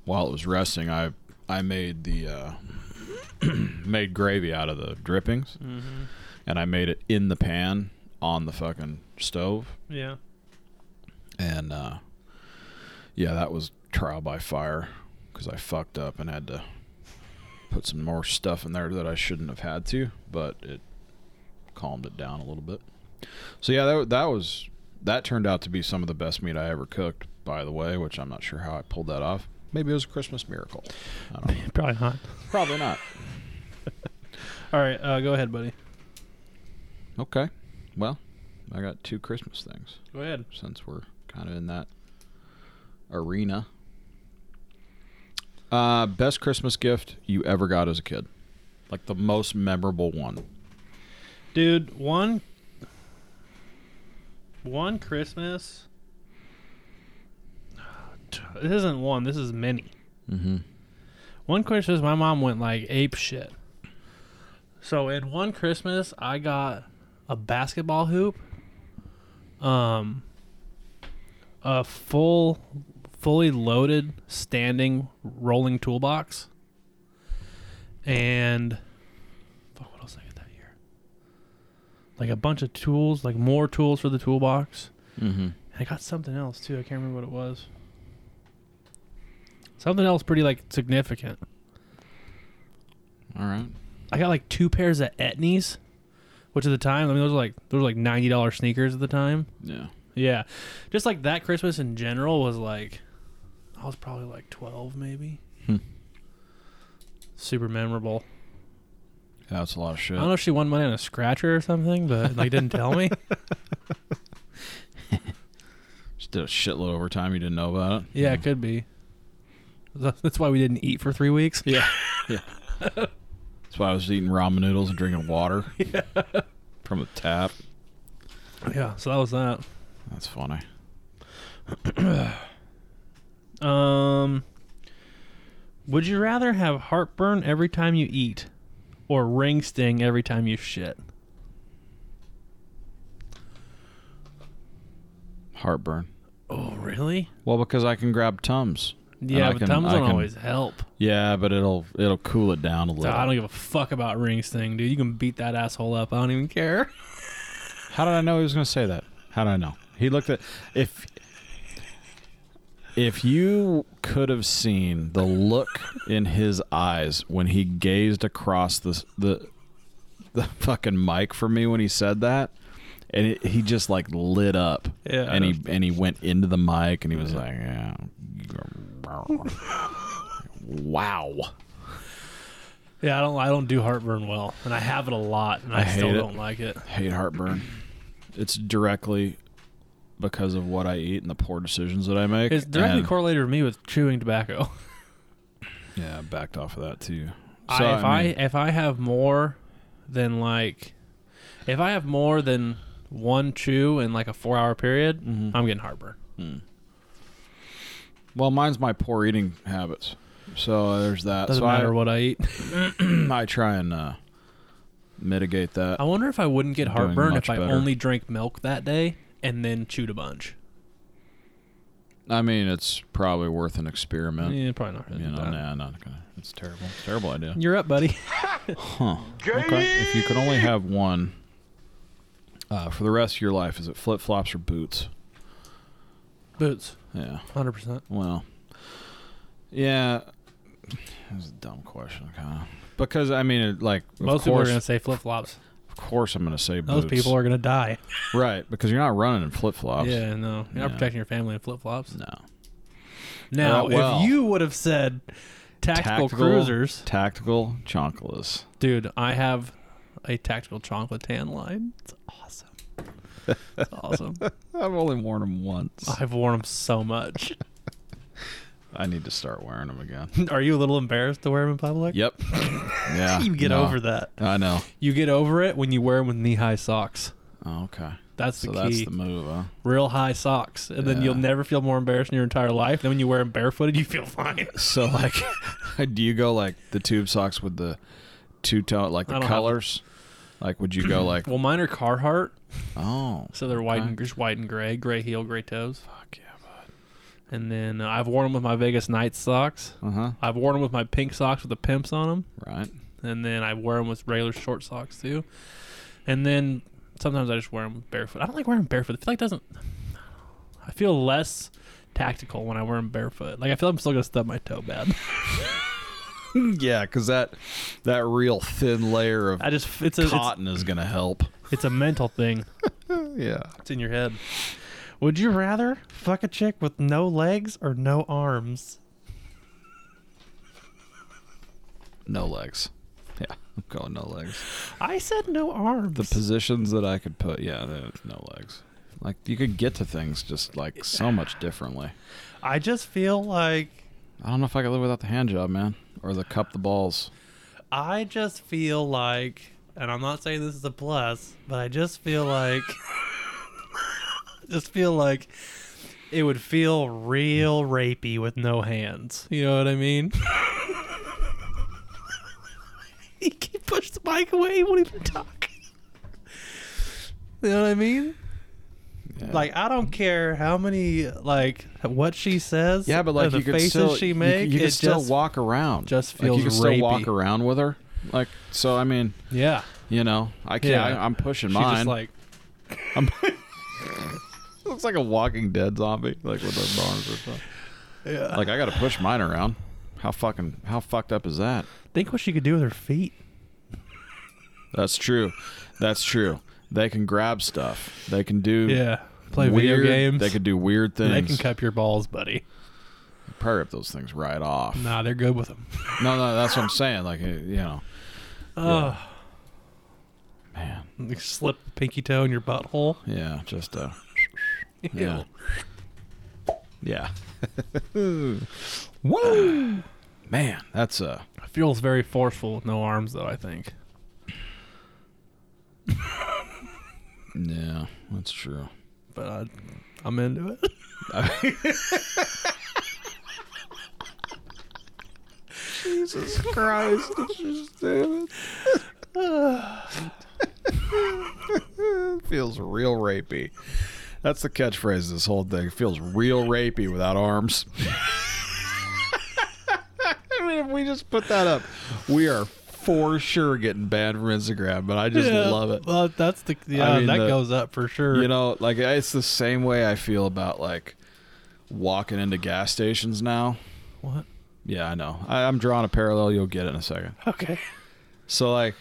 S1: while it was resting, I I made the uh, made gravy out of the drippings,
S2: Mm-hmm.
S1: and I made it in the pan on the fucking stove.
S2: Yeah.
S1: And uh, yeah, that was trial by fire because I fucked up and had to put some more stuff in there that I shouldn't have had to, but it calmed it down a little bit. So yeah, that that was that turned out to be some of the best meat I ever cooked. By the way, which I'm not sure how I pulled that off. Maybe it was a Christmas miracle. I don't know.
S2: Probably not.
S1: Probably not.
S2: All right, uh, go ahead, buddy.
S1: Okay. Well, I got two Christmas things.
S2: Go ahead.
S1: since we're kind of in that arena. Uh, best Christmas gift you ever got as a kid, like the most memorable one.
S2: Dude, one one Christmas this isn't one, this is many.
S1: Mm-hmm.
S2: One Christmas my mom went like ape shit. So in one Christmas I got a basketball hoop, um a full fully loaded standing rolling toolbox. And fuck what else did I get that year? Like a bunch of tools, like more tools for the toolbox.
S1: Mm-hmm.
S2: And I got something else too. I can't remember what it was. Something else pretty like significant.
S1: All right.
S2: I got like two pairs of Etnies, which at the time, I mean, those were like those were like ninety dollars sneakers at the time.
S1: Yeah.
S2: Yeah, just like that Christmas in general was like, I was probably like twelve maybe.
S1: Hmm.
S2: Super memorable.
S1: Yeah, that's a lot of shit.
S2: I don't know if she won money on a scratcher or something, but like didn't tell me.
S1: Just did a shitload over time you didn't know about it.
S2: Yeah, it could be. Tha- That's why we didn't eat for three weeks. Yeah.
S1: That's why I was eating ramen noodles and drinking water from a tap.
S2: Yeah. So that was that.
S1: That's funny.
S2: Um, would you rather have heartburn every time you eat, or ring sting every time you shit?
S1: Heartburn.
S2: Oh, really?
S1: Well, because I can grab tums. And
S2: Yeah,
S1: I
S2: but
S1: can-
S2: thumbs
S1: I
S2: don't
S1: can-
S2: always help.
S1: Yeah, but it'll it'll cool it down a
S2: Dude,
S1: little.
S2: I don't give a fuck about ring sting, dude. You can beat that asshole up. I don't even care. e-
S1: How did I know he was going to say that? How did I know? He looked at if if you could have seen the look in his eyes when he gazed across the the the fucking mic for me when he said that, and it, he just like lit up.
S2: Yeah, I
S1: and he
S2: know.
S1: and he went into the mic and he was like, yeah. wow.
S2: Yeah, I don't. I don't do heartburn well, and I have it a lot, and I,
S1: I hate
S2: still
S1: it.
S2: don't like it.
S1: hate heartburn. It's directly because of what I eat and the poor decisions that I make.
S2: It's directly
S1: and-
S2: correlated to me with chewing tobacco.
S1: Yeah, I backed off of that too. So,
S2: I, if I,
S1: I mean,
S2: if I have more than like if I have more than one chew in like a four hour period, I'm getting heartburn.
S1: well, mine's my poor eating habits. So uh, there's that.
S2: Doesn't
S1: so
S2: matter
S1: I,
S2: what I eat.
S1: I try and uh, mitigate that.
S2: I wonder if I wouldn't get
S1: Doing
S2: heartburn
S1: much
S2: if I
S1: better.
S2: only drank milk that day and then chewed a bunch.
S1: I mean, it's probably worth an experiment.
S2: Yeah, probably not.
S1: You know, nah, not gonna. It's terrible. It's a terrible idea.
S2: You're up, buddy.
S1: Huh. Okay. If you could only have one uh, for the rest of your life, is it flip flops or boots?
S2: Boots,
S1: Yeah.
S2: hundred percent.
S1: Well. Yeah. It was a dumb question, kind of. Because I mean, it, like, of
S2: Most people are
S1: course,
S2: gonna say flip flops.
S1: of course, I'm gonna say
S2: Those
S1: boots.
S2: people are gonna die.
S1: right because you're not running in flip flops.
S2: Yeah, no,
S1: Yeah.
S2: you're not protecting your family in flip flops.
S1: No.
S2: Now,
S1: Uh, well.
S2: if you would have said tactical, cruisers,
S1: Tactical chonkalas.
S2: dude, I have a tactical chocolate tan line. It's awesome. It's awesome.
S1: I've only worn them once.
S2: I've worn them so much.
S1: I need to start wearing them again.
S2: Are you a little embarrassed to wear them in public?
S1: Yep. yeah.
S2: You get
S1: no.
S2: over that.
S1: I know.
S2: You get over it when you wear them with knee high socks.
S1: Oh, okay.
S2: That's the
S1: so
S2: key.
S1: that's the move, huh?
S2: Real high socks, and then
S1: Yeah.
S2: you'll never feel more embarrassed in your entire life. Then when you wear them barefooted, you feel fine.
S1: So like, do you go like the tube socks with the two tone, like
S2: I
S1: the
S2: don't have
S1: colors? Like, would you go like,
S2: Well, mine are Carhartt,
S1: oh,
S2: so they're white
S1: Okay.
S2: and just white and gray, gray heel, gray toes.
S1: fuck yeah,
S2: And then uh, I've worn them with my Vegas Knights socks.
S1: uh huh,
S2: I've worn them with my pink socks with the pimps on them,
S1: right,
S2: and then I wear them with regular short socks too. And then sometimes I just wear them barefoot. I don't like wearing barefoot. I feel like it doesn't. I feel less tactical when I wear them barefoot. Like I feel I'm still gonna stub my toe bad.
S1: yeah, because that that real thin layer of
S2: I just it's a it's,
S1: cotton is gonna help.
S2: it's a mental thing.
S1: Yeah,
S2: It's in your head. Would you rather fuck a chick with no legs or no arms?
S1: no legs. Yeah, I'm going no legs.
S2: I said no arms.
S1: The positions that I could put, yeah, there's no legs. Like you could get to things just like so much differently.
S2: I just feel like
S1: I don't know if I could live without the hand job, man, or the cup the balls.
S2: I just feel like, and I'm not saying this is a plus, but I just feel like, just feel like it would feel real rapey with no hands. You know what I mean? he can push the mic away. He won't even talk. You know what I mean?
S1: Yeah.
S2: Like I don't care how many like what she says.
S1: Yeah, but
S2: or
S1: like
S2: the
S1: you could
S2: faces
S1: still
S2: she
S1: you could-
S2: makes,
S1: you, could
S2: it
S1: still
S2: just,
S1: walk around.
S2: just
S1: like, you
S2: feels
S1: could still walk
S2: rapey.
S1: around with her. Like so, I mean,
S2: Yeah,
S1: you know, I can't.
S2: Yeah.
S1: I, I'm pushing
S2: she
S1: mine.
S2: just like
S1: I'm, looks like a Walking Dead zombie, like with those arms or something.
S2: yeah.
S1: Like I got to push mine around. How fucking how fucked up is that?
S2: Think what she could do with her feet.
S1: That's true. That's true. They can grab stuff. They can do
S2: Yeah. Play
S1: weird,
S2: video games.
S1: They can do weird things.
S2: They can cup your balls, buddy.
S1: probably rip those things right off.
S2: Nah, they're good with them.
S1: No, no, that's what I'm saying. Like uh, you know, man,
S2: You slip the pinky toe in your butthole.
S1: yeah, just uh, yeah. Yeah. Woo! Man, that's uh
S2: It feels very forceful with no arms, though, I think.
S1: yeah, that's true.
S2: But I, I'm into it.
S1: Jesus Christ, it's just damn it. feels real rapey. That's the catchphrase of this whole thing. It feels real rapey without arms. I mean, if we just put that up, we are for sure getting banned from Instagram, but I just love it.
S2: Well, that's the yeah.
S1: mean,
S2: that
S1: the-
S2: goes up for sure.
S1: You know, like it's the same way I feel about like walking into gas stations now.
S2: what?
S1: Yeah, I know. I, I'm drawing a parallel. You'll get it in a second.
S2: Okay.
S1: So like,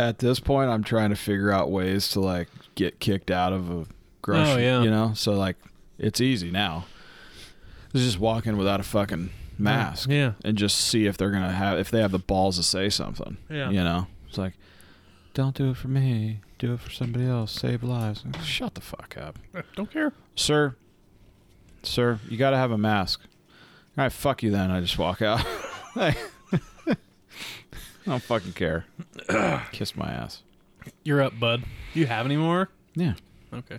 S1: at this point, I'm trying to figure out ways to like get kicked out of a grocery.
S2: Oh, yeah.
S1: You know, so like, it's easy now. It's just walk in without a fucking mask.
S2: Yeah.
S1: And just see if they're gonna have if they have the balls to say something.
S2: Yeah.
S1: You know, it's like, don't do it for me. Do it for somebody else. Save lives. Shut the fuck up
S2: Don't care.
S1: sir, sir, you got to have a mask. All right, fuck you then. I just walk out. I don't fucking care. Kiss my ass.
S2: You're up, bud. Do you have any more?
S1: Yeah.
S2: Okay.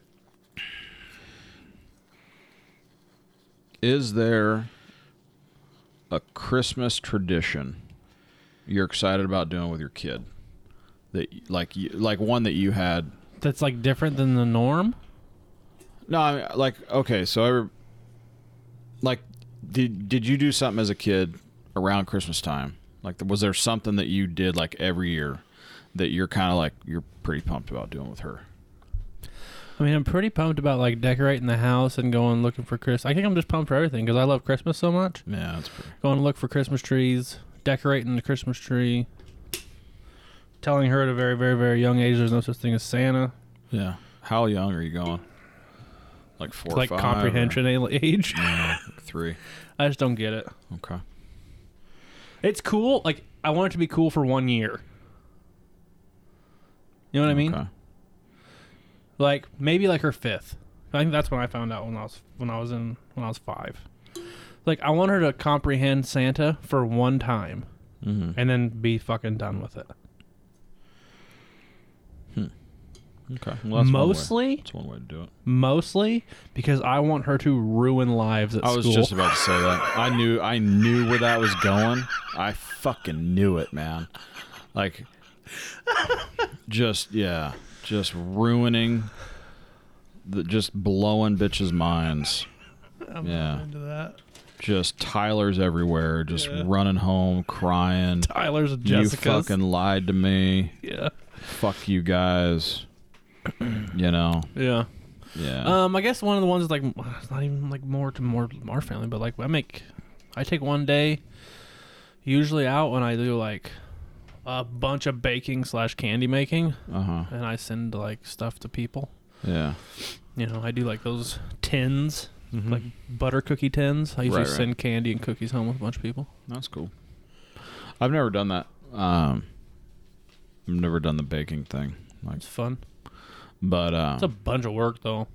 S1: Is there a Christmas tradition you're excited about doing with your kid? That like you, like one that you had
S2: That's like different than the norm.
S1: No, I mean, like okay, so I re- like did did you do something as a kid around Christmas time? Like was there something that you did like every year that you're kind of like you're pretty pumped about doing with her?
S2: I mean, I'm pretty pumped about like decorating the house and going looking for Chris. I think I'm just pumped for everything because I love Christmas so much.
S1: Yeah, that's pretty.
S2: Going to look for Christmas trees, decorating the Christmas tree, telling her at a very, very, very young age there's no such thing as Santa.
S1: Yeah. How young are you going? Like four,
S2: It's like
S1: five, or
S2: comprehension al- age.
S1: three.
S2: I just don't get it.
S1: Okay.
S2: It's cool. Like I want it to be cool for one year. You know what I mean?
S1: Okay.
S2: Like maybe like her fifth. I think that's when I found out when I was when I was in when I was five. Like I want her to comprehend Santa for one time,
S1: Mhm.
S2: and then be fucking done with it.
S1: Okay. Well, that's One way.
S2: mostly,
S1: That's one way to do it.
S2: mostly because I want her to ruin lives at
S1: I was
S2: school.
S1: just about to say that. I knew I knew where that was going. I fucking knew it, man. Like just yeah, just ruining the just blowing bitches minds.
S2: Oh,
S1: yeah. Just Tyler's everywhere, just running home crying.
S2: Tyler's and
S1: You
S2: Jessica's.
S1: fucking lied to me.
S2: yeah,
S1: Fuck you guys. You know.
S2: yeah.
S1: Yeah.
S2: Um, I guess one of the ones is like it's not even like more to more our family, but like I make, I take one day, usually out when I do like a bunch of baking slash candy making,
S1: Uh-huh.
S2: and I send like stuff to people.
S1: Yeah.
S2: You know, I do like those tins, like butter cookie tins. I usually
S1: Hmm. Right, right.
S2: send candy and cookies home with a bunch of people.
S1: That's cool. I've never done that. Um, I've never done the baking thing. Like,
S2: It's fun.
S1: but uh,
S2: It's a bunch of work though.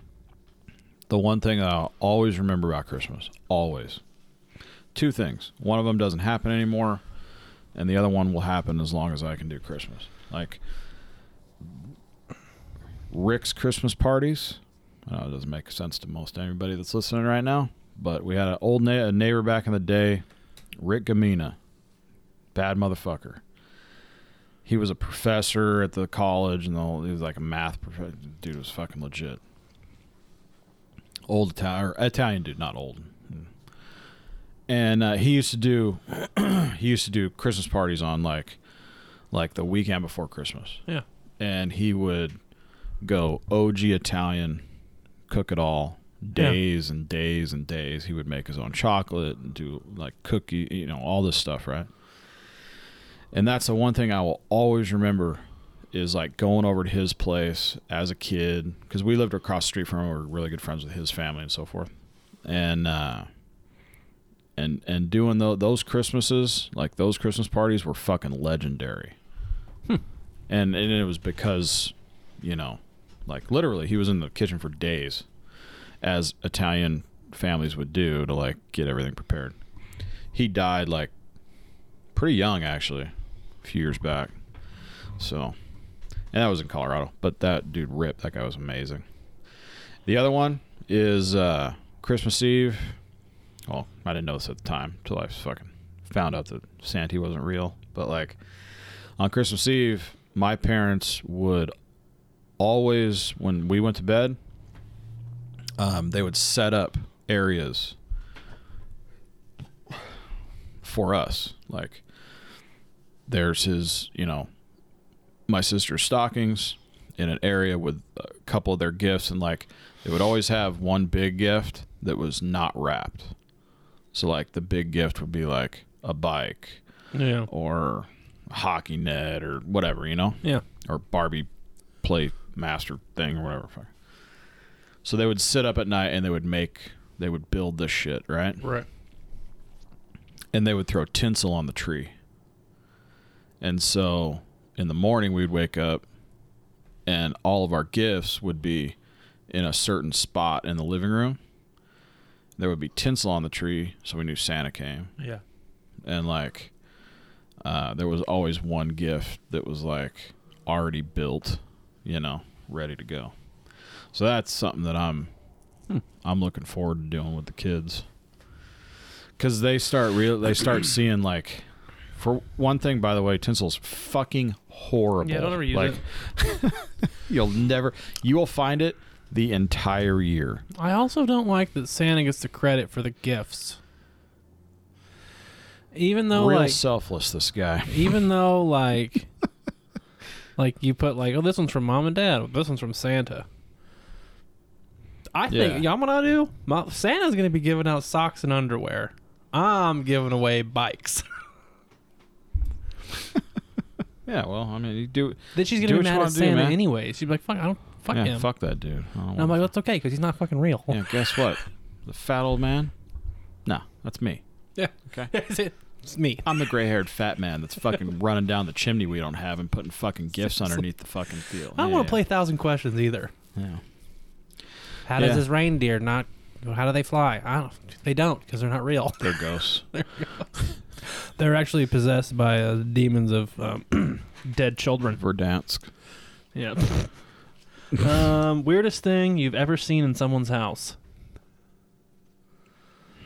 S1: the one thing that I'll always remember about Christmas, always, two things. One of them doesn't happen anymore, and the other one will happen as long as I can do Christmas. Like Rick's Christmas parties. I know it doesn't make sense to most anybody that's listening right now, but we had an old na- a neighbor back in the day, Rick Gamina, bad motherfucker. He was a professor at the college, and the whole, he was like a math professor. Dude was fucking legit old Italian, or Italian dude, not old. And uh, he used to do he used to do Christmas parties on like like the weekend before Christmas,
S2: Yeah.
S1: and he would go OG Italian, cook it all days and days and days. He would make his own chocolate and do like cookie, you know, all this stuff, right? And that's the one thing I will always remember is like going over to his place as a kid because we lived across the street from him. We were really good friends with his family and so forth, and uh, and and doing tho- those Christmases, like those Christmas parties, were fucking legendary. And and it was because, you know, like literally he was in the kitchen for days, as Italian families would do to like get everything prepared. He died like pretty young actually, a few years back. So, and that was in Colorado. But that dude ripped. That guy was amazing. The other one is uh, Christmas Eve. Well, I didn't know this at the time till I fucking found out that Santa wasn't real. But like on Christmas Eve, my parents would always, when we went to bed, um, they would set up areas for us. Like, there's his, you know, my sister's stockings in an area with a couple of their gifts and like they would always have one big gift that was not wrapped so like the big gift would be like a bike
S2: Yeah.
S1: or a hockey net or whatever you know
S2: Yeah.
S1: or Barbie play master thing or whatever. fuck. So they would sit up at night and they would make, they would build this shit, right?
S2: Right.
S1: And they would throw tinsel on the tree. And so in the morning we'd wake up and all of our gifts would be in a certain spot in the living room. There would be tinsel on the tree, so we knew Santa came
S2: Yeah.
S1: and like uh, there was always one gift that was like already built, you know, ready to go. So
S2: Hmm.
S1: that's something that I'm I'm looking forward to doing with the kids. because they start real they start seeing like for one thing by the way tinsel's fucking horrible
S2: Yeah, don't ever use
S1: like
S2: it.
S1: you'll never you will find it the entire year
S2: I also don't like that Santa gets the credit for the gifts. Even though
S1: real
S2: like
S1: selfless this guy
S2: even though like like you put like, oh this one's from mom and dad, this one's from Santa. I think
S1: Yeah.
S2: y'all know what I do? My, Santa's gonna be giving out socks and underwear. I'm giving away bikes.
S1: yeah well i mean you do
S2: then she's gonna
S1: Do
S2: be
S1: what you
S2: mad
S1: wanna
S2: at
S1: do,
S2: Santa
S1: man.
S2: anyway. She'd be like, "Fuck, I don't fuck
S1: yeah
S2: him."
S1: fuck that dude I don't
S2: And I'm
S1: want-
S2: like, "That's okay, because he's not fucking real."
S1: yeah guess what the fat old man no that's me
S2: Yeah.
S1: Okay.
S2: it's me.
S1: I'm the gray-haired fat man that's fucking running down the chimney we don't have and putting fucking gifts underneath the fucking field.
S2: I don't
S1: yeah,
S2: want to play thousand questions either.
S1: Yeah.
S2: How
S1: Yeah.
S2: does this reindeer not? How do they fly? I don't. They don't because they're not real.
S1: They're ghosts.
S2: They're actually possessed by uh, demons of um, dead children.
S1: Verdansk.
S2: Yeah. um, weirdest thing you've ever seen in someone's house.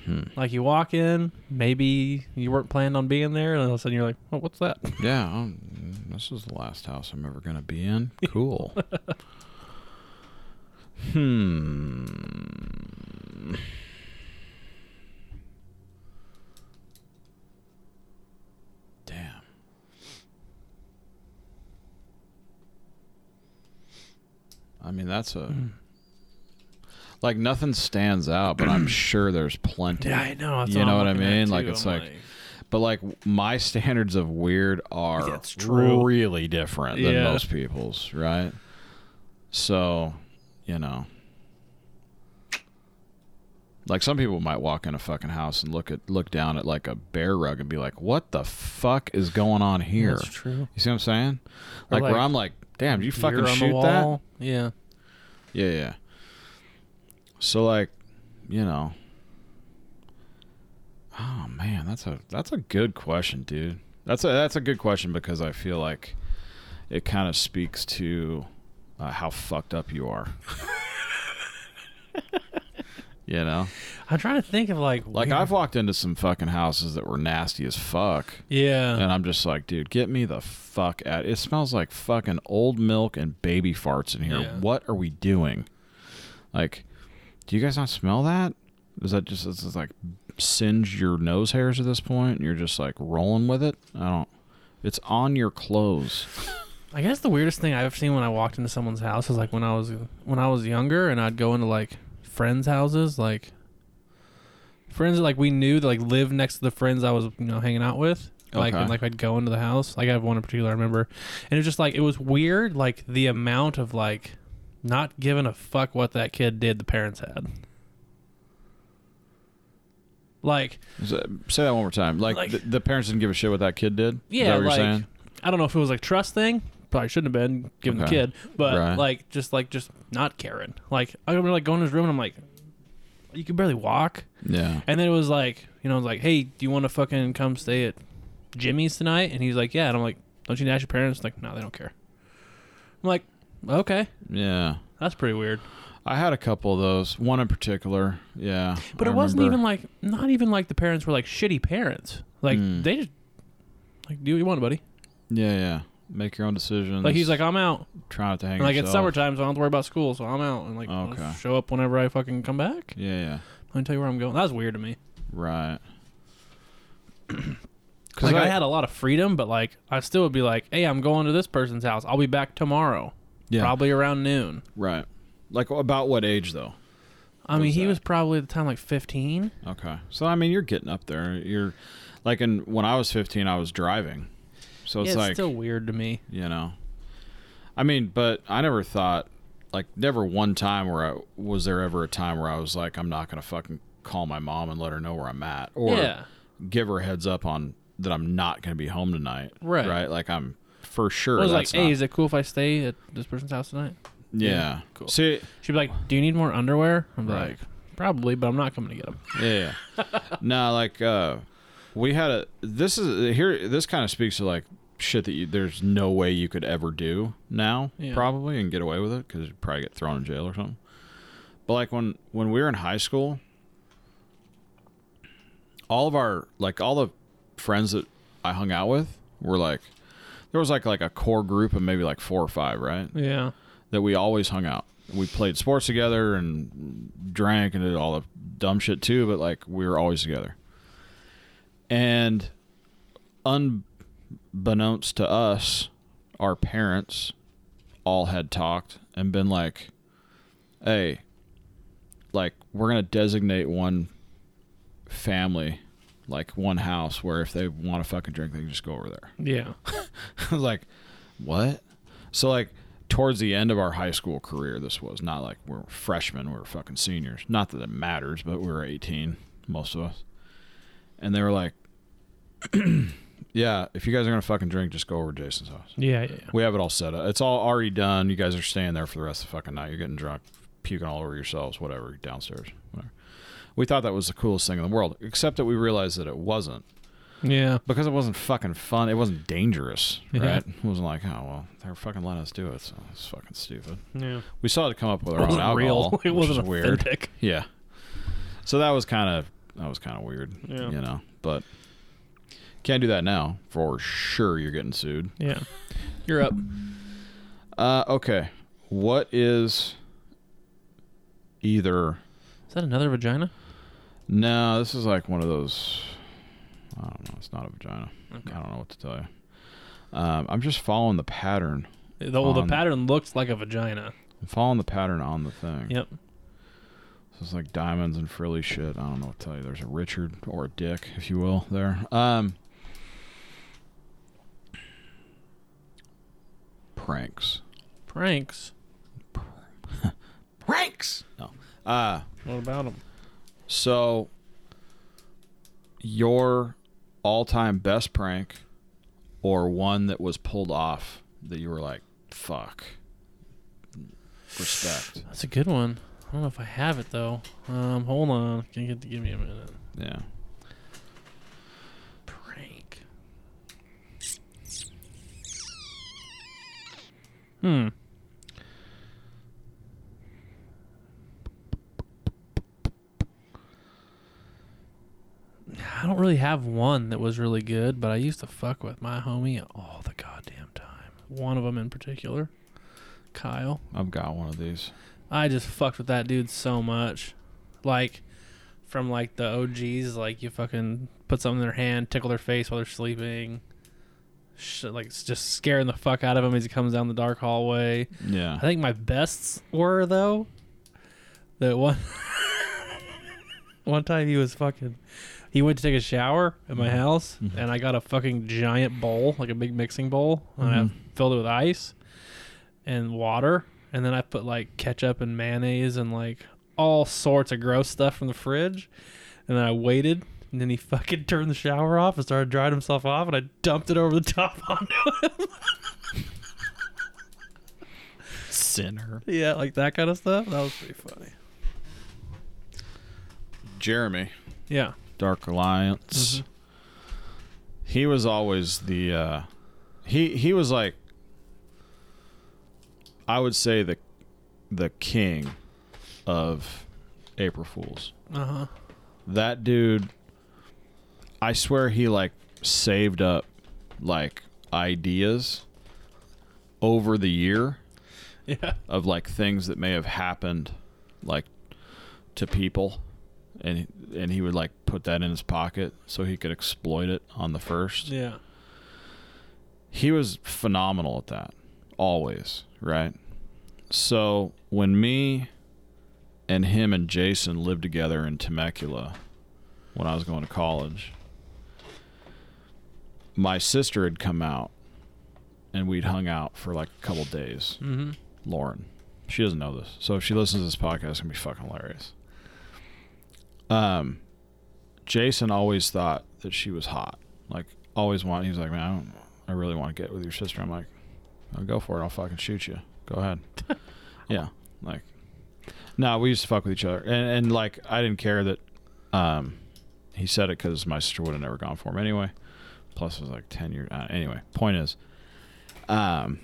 S1: Hmm.
S2: Like you walk in, maybe you weren't planned on being there, and all of a sudden you're like, "Oh, what's that?"
S1: Yeah, um, this is the last house I'm ever going to be in. Cool. hmm. Damn. I mean, that's a.
S2: Hmm.
S1: Like, nothing stands out, but I'm sure there's plenty.
S2: Yeah, I know. that's
S1: You
S2: all
S1: know
S2: I'm
S1: what I
S2: looking at,
S1: mean? Like,
S2: too.
S1: it's
S2: I'm
S1: like- But like my standards of weird are
S2: Yeah, it's true.
S1: really different than
S2: Yeah.
S1: most people's, right? So, you know. Like some people might walk in a fucking house and look at look down at like a bear rug and be like, "What the fuck is going on here?"
S2: that's true.
S1: You see what I'm saying?
S2: Or
S1: Like, where
S2: like,
S1: I'm like, "Damn, did you fucking
S2: You're on the
S1: shoot that?"
S2: wall. Yeah.
S1: Yeah, yeah. So like, you know. Oh man, that's a that's a good question, dude. That's a that's a good question because I feel like it kind of speaks to uh, how fucked up you are. you know,
S2: I'm trying to think of like
S1: like
S2: weird-
S1: I've walked into some fucking houses that were nasty as fuck,
S2: yeah
S1: and I'm just like, dude, get me the fuck out. It smells like fucking old milk and baby farts in here.
S2: Yeah.
S1: What are we doing? Like, do you guys not smell that? Is that just is this like singe your nose hairs at this point and you're just like rolling with it? I don't it's on your clothes.
S2: I guess the weirdest thing I've ever seen when I walked into someone's house is like when I was when I was younger and I'd go into like friends' houses, like friends that like we knew that like lived next to the friends I was you know hanging out with. Like
S1: Okay.
S2: and like I'd go into the house. Like I have one in particular I remember, and it was just like it was weird, like the amount of like not giving a fuck what that kid did. The parents had. Like
S1: Is that- say that one more time. Like,
S2: Like-
S1: th- the parents didn't give a shit what that kid did? Is
S2: Yeah,
S1: that what
S2: like
S1: you're saying?
S2: I don't know if it was like trust thing. Probably shouldn't have been given
S1: Okay.
S2: the kid, but
S1: Right.
S2: like just like just not caring. Like I remember like going to his room and I'm like, you can barely walk.
S1: Yeah.
S2: And then it was like you know I was like, hey, do you want to fucking come stay at Jimmy's tonight? And he's like, yeah. And I'm like, don't you ask your parents? Like, no, they don't care. I'm like, okay,
S1: Yeah.
S2: that's pretty weird.
S1: I had a couple of those. One in particular. Yeah.
S2: But
S1: I
S2: it wasn't
S1: remember.
S2: even like not even like the parents were like shitty parents. Like
S1: Mm.
S2: they just like do what you want, buddy.
S1: Yeah, yeah. Make your own decisions.
S2: Like he's like, I'm out.
S1: try not to hang
S2: And, like it's
S1: yourself.
S2: summertime, so I don't have to worry about school, so I'm out and like I'll
S1: Okay.
S2: show up whenever I fucking come back.
S1: Yeah, yeah.
S2: Let me tell you where I'm going. That was weird to me.
S1: Right.
S2: Like I, had a lot of freedom, but like I still would be like, hey, I'm going to this person's house. I'll be back tomorrow,
S1: yeah,
S2: probably around noon.
S1: right. Like about what age though?
S2: I mean,
S1: was
S2: he
S1: that?
S2: was probably at the time like 15.
S1: Okay. So I mean, you're getting up there. You're like, and when I was 15, I was driving. So
S2: Yeah,
S1: it's
S2: It's,
S1: like
S2: still weird to me.
S1: you know, I mean, but I never thought like never one time where I was there ever a time where I was like, I'm not gonna fucking call my mom and let her know where I'm at, or
S2: yeah,
S1: give her a heads up on that I'm not gonna be home tonight.
S2: Right.
S1: Right. Like I'm for sure.
S2: I was like,
S1: that's
S2: hey,
S1: not-
S2: is it cool if I stay at this person's house tonight?
S1: yeah.
S2: cool.
S1: See,
S2: She'd be like, do you need more underwear? I'm
S1: Right.
S2: like, probably, but I'm not coming to get them.
S1: yeah. no, like uh we had a this is here this kind of speaks to like shit that you, there's no way you could ever do now
S2: Yeah.
S1: probably and get away with it cuz you'd probably get thrown in jail or something. But like when when we were in high school all of our like all the friends that I hung out with were like there was like like a core group of maybe like four or five, right?
S2: Yeah.
S1: That we always hung out. We played sports together and drank and did all the dumb shit too, but like we were always together. And unbeknownst to us, our parents all had talked and been like, hey, like we're gonna designate one family, like one house where if they want to fucking drink, they can just go over there.
S2: Yeah.
S1: I was like, what? So like towards the end of our high school career, this was not like we're freshmen, we we're fucking seniors. Not that it matters, but we were eighteen, most of us. And they were like, yeah, if you guys are gonna fucking drink, just go over to Jason's house.
S2: Yeah. Yeah.
S1: We have it all set up. It's all already done. You guys are staying there for the rest of the fucking night. You're getting drunk, puking all over yourselves, whatever, downstairs, whatever. We thought that was the coolest thing in the world, except that we realized that it wasn't
S2: Yeah.
S1: because it wasn't fucking fun. It wasn't dangerous,
S2: Yeah.
S1: right? It wasn't like, oh well, they're fucking letting us do it, so it's fucking stupid.
S2: Yeah.
S1: We still had to come up with our
S2: It
S1: own
S2: wasn't
S1: alcohol,
S2: real. It
S1: which
S2: wasn't
S1: is weird.
S2: authentic.
S1: Yeah, so that was kind of that was kind of weird,
S2: Yeah.
S1: you know. But can't do that now. For sure, you're getting sued.
S2: Yeah. You're up.
S1: Uh, okay, what is either?
S2: Is that another vagina?
S1: No, this is like one of those. I don't know. It's not a vagina. I don't know what to tell you. Um, I'm just following the pattern.
S2: Though the
S1: Um,
S2: pattern looks like a vagina.
S1: I'm following the pattern on the thing.
S2: Yep.
S1: So it's like diamonds and frilly shit. I don't know what to tell you. There's a Richard or a Dick, if you will, there. Um, pranks.
S2: Pranks.
S1: Pranks! No. Uh,
S2: What about them?
S1: so, your all time best prank or one that was pulled off that you were like, fuck. Respect.
S2: That's a good one. I don't know if I have it though. Um, hold on. Can you get give me a minute?
S1: Yeah.
S2: Prank. Hmm. I don't really have one that was really good, but I used to fuck with my homie all the goddamn time. One of them in particular, Kyle.
S1: I've got one of these.
S2: I just fucked with that dude so much. Like from like the OGs, like you fucking put something in their hand, tickle their face while they're sleeping. Shit, like it's just scaring the fuck out of him as he comes down the dark hallway.
S1: Yeah.
S2: I think my bests were though that one one time he was fucking he went to take a shower at my house and I got a fucking giant bowl, like a big mixing bowl, and I filled it with ice and water and then I put like ketchup and mayonnaise and like all sorts of gross stuff from the fridge and then I waited and then he fucking turned the shower off and started drying himself off and I dumped it over the top onto him.
S1: Sinner.
S2: yeah, like that kind of stuff. That was pretty funny.
S1: Jeremy.
S2: Yeah.
S1: Dark Alliance. He was always the uh he he was like I would say the the king of April Fools.
S2: Uh huh.
S1: That dude I swear he like saved up like ideas over the year
S2: Yeah.
S1: of like things that may have happened like to people and and he would like put that in his pocket so he could exploit it on the first
S2: Yeah.
S1: he was phenomenal at that always right so when me and him and jason lived together in temecula when i was going to college my sister had come out and we'd hung out for like a couple days mm-hmm. lauren she doesn't know this so if she listens to this podcast it's gonna be fucking hilarious um jason always thought that she was hot like always wanted he was like man i don't I really want to get with your sister. I'm like, I'll go for it. I'll fucking shoot you. Go ahead. yeah. Like, no, we used to fuck with each other. And, and like, I didn't care that um, he said it because my sister would have never gone for him anyway. Plus, it was like 10 years. Uh, anyway, point is, um,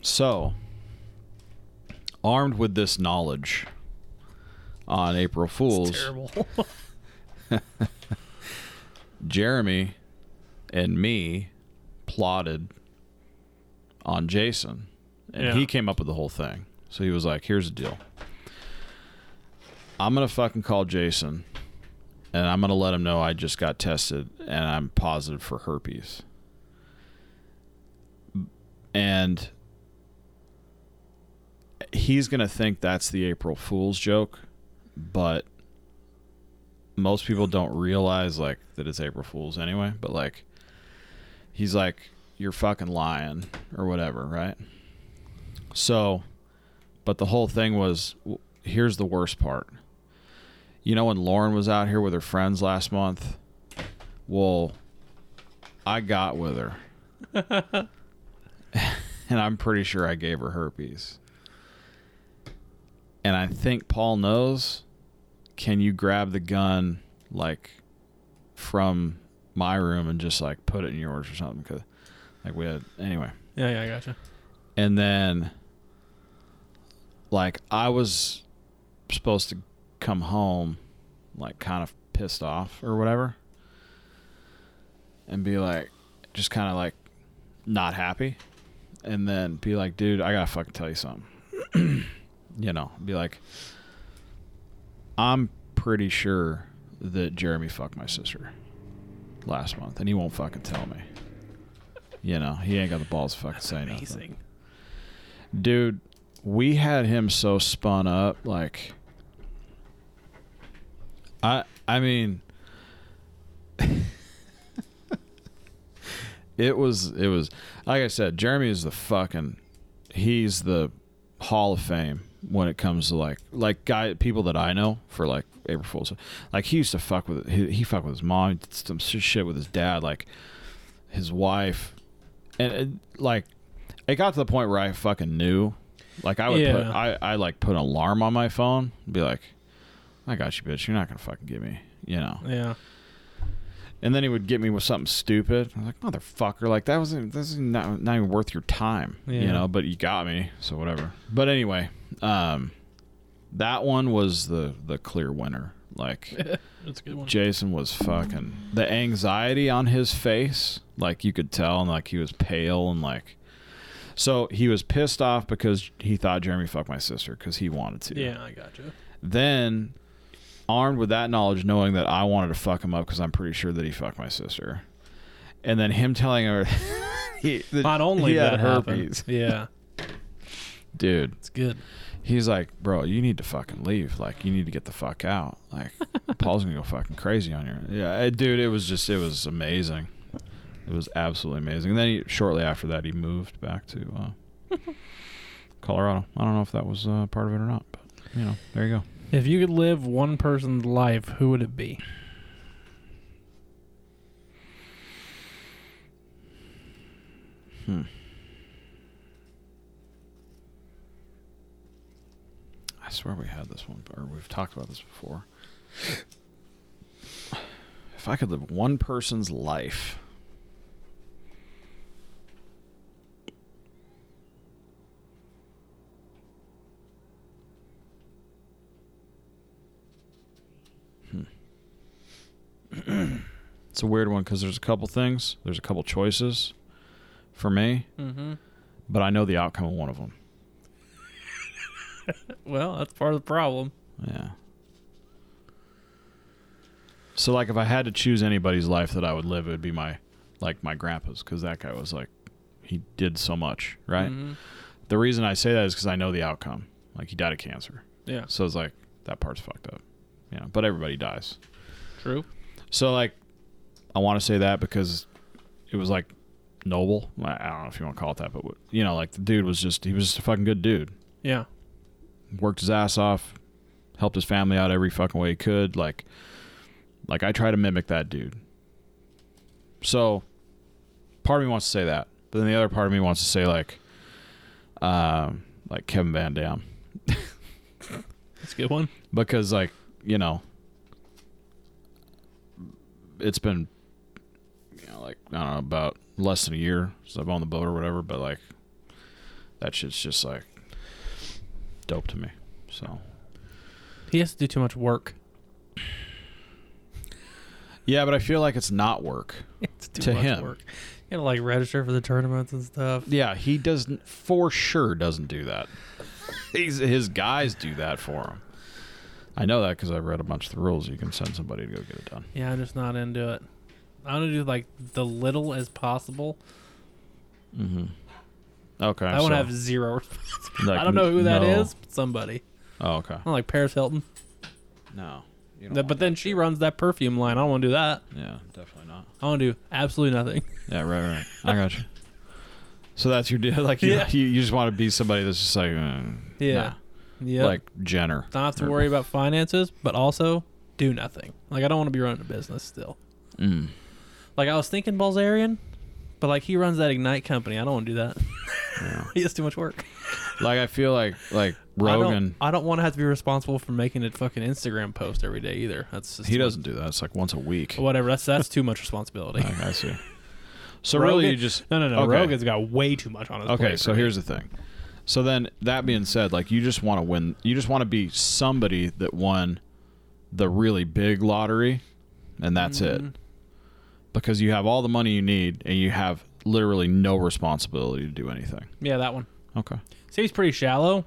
S1: so armed with this knowledge on April Fool's,
S2: Terrible.
S1: Jeremy and me plotted on Jason, and
S5: Yeah.
S1: he came up with the whole thing. So he was like, "Here's the deal. I'm gonna fucking call Jason, and I'm gonna let him know I just got tested and I'm positive for herpes." And he's gonna think that's the April Fool's joke, but most people don't realize like that it's April Fools anyway, but like he's like you're fucking lying or whatever, right? So, but the whole thing was w- here's the worst part. You know when Lauren was out here with her friends last month? Well, I got with her. and I'm pretty sure I gave her herpes. And I think Paul knows can you grab the gun like from my room and just like put it in yours or something? Cause like we had anyway,
S5: Yeah, yeah, I gotcha.
S1: and then like I was supposed to come home like kind of pissed off or whatever, and be like just kind of like not happy, and then be like, dude, I gotta fucking tell you something, you know, be like, I'm pretty sure that Jeremy fucked my sister last month, and he won't fucking tell me. You know, he ain't got the balls to fucking say nothing.
S5: Amazing.
S1: Dude, we had him so spun up, like I I mean It was it was like I said, Jeremy is the fucking he's the Hall of Fame when it comes to like like guy people that I know for like April Fools. Like he used to fuck with he, he fucked with his mom, he did some sh- shit with his dad, like his wife, and it, like it got to the point where I fucking knew. Like I would put
S5: Yeah.
S1: I I like put an alarm on my phone, and be like, I got you, bitch. You're not gonna fucking get me, you know.
S5: Yeah.
S1: And then he would get me with something stupid. I'm like, motherfucker, like that wasn't this is not, not even worth your time. You
S5: Yeah.
S1: know, but you got me, so whatever. But anyway, um that one was the the clear winner. Like
S5: That's a good one.
S1: Jason was fucking the anxiety on his face, like you could tell, and like he was pale and like so he was pissed off because he thought Jeremy fucked my sister because he wanted to
S5: yeah, I gotcha.
S1: then armed with that knowledge knowing that i wanted to fuck him up because i'm pretty sure that he fucked my sister and then him telling her he, that
S5: Not only
S1: he had
S5: that happened- Yeah,
S1: dude
S5: it's good.
S1: he's like bro you need to fucking leave like you need to get the fuck out like paul's gonna go fucking crazy on you yeah eh, dude it was just it was amazing it was absolutely amazing and then he, shortly after that he moved back to uh, colorado i don't know if that was uh, part of it or not but you know there you go
S5: If you could live one person's life, who would it be?
S1: I swear we had this one, or we've talked about this before. If I could live one person's life, hmm. it's a weird one because there's a couple things, there's a couple choices for me,
S5: Mm-hmm.
S1: but I know the outcome of one of them.
S5: Well, that's part of the problem.
S1: Yeah. So like if I had to choose anybody's life that I would live, it would be my like my grandpa's cuz that guy was like he did so much, right?
S2: Mm-hmm.
S5: Mhm.
S1: The reason I say that is cuz I know the outcome. Like he died of cancer.
S5: Yeah,
S1: So it's like that part's fucked up. You know, but everybody dies.
S5: true.
S1: So like I want to say that because it was like noble. I I don't know if you want to call it that, but you know, like the dude was just he was just a fucking good dude
S5: Yeah,
S1: worked his ass off, helped his family out every fucking way he could. Like, like I try to mimic that dude. So, part of me wants to say that, but then the other part of me wants to say like, um, like Kevin Van Dam,
S5: that's a good one.
S1: because like you know, it's been, you know, like I don't know about less than a year since I've owned the boat or whatever, but like, that shit's just like dope to me. So
S5: He has to do too much work.
S1: Yeah, but I feel like it's not work.
S2: It's too
S1: To
S2: much
S1: him.
S2: work. You gotta like register for the tournaments and stuff.
S1: Yeah, he doesn't for sure doesn't do that. He's, his guys do that for him. I know that because I read a bunch of the rules. You can send somebody to go get it done.
S2: Yeah, I'm just not into it. I want to do like the little as possible.
S1: Mm-hmm. Okay.
S2: I want
S1: so,
S2: to have zero.
S1: like,
S2: I don't know who that
S1: no-
S2: is. But somebody.
S1: Oh, okay.
S2: I don't like Paris Hilton.
S1: No. you don't
S2: Th- But
S1: want
S2: then
S1: that
S2: she
S1: shit.
S2: runs that perfume line. I don't want to do that.
S1: Yeah, definitely not.
S2: I want to do absolutely nothing.
S1: Yeah, right, right. I got you. So that's your deal. Like you,
S2: Yeah.
S1: you, you just want to be somebody that's just like, mm,
S2: Yeah. Yeah.
S1: nah. like Jenner.
S2: not have to
S1: or-
S2: worry about finances, but also do nothing. Like I don't want to be running a business still.
S1: Mm.
S2: Like I was thinking Balzarian, but like he runs that Ignite company. I don't want to do that. he has too much work.
S1: Like I feel like like
S2: I don't-
S1: Rogan.
S2: I don't, want to have to be responsible for making a fucking Instagram post every day either. That's just
S1: He
S2: too much-
S1: doesn't do that. It's like once a week.
S2: Whatever. That's that's too much responsibility.
S1: Like, I see. So
S2: Rogan-
S1: really, you just
S2: no no no.
S1: Okay.
S2: Rogan's got way too much on his plate.
S1: Okay, so
S2: for me.
S1: here's the thing. So then, that being said, like you just want to win. You just want to be somebody that won the really big lottery, and that's
S2: Mm-hmm.
S1: it. Because you have all the money you need, and you have literally no responsibility to do anything.
S2: yeah that one.
S1: Okay,
S2: See, he's pretty shallow,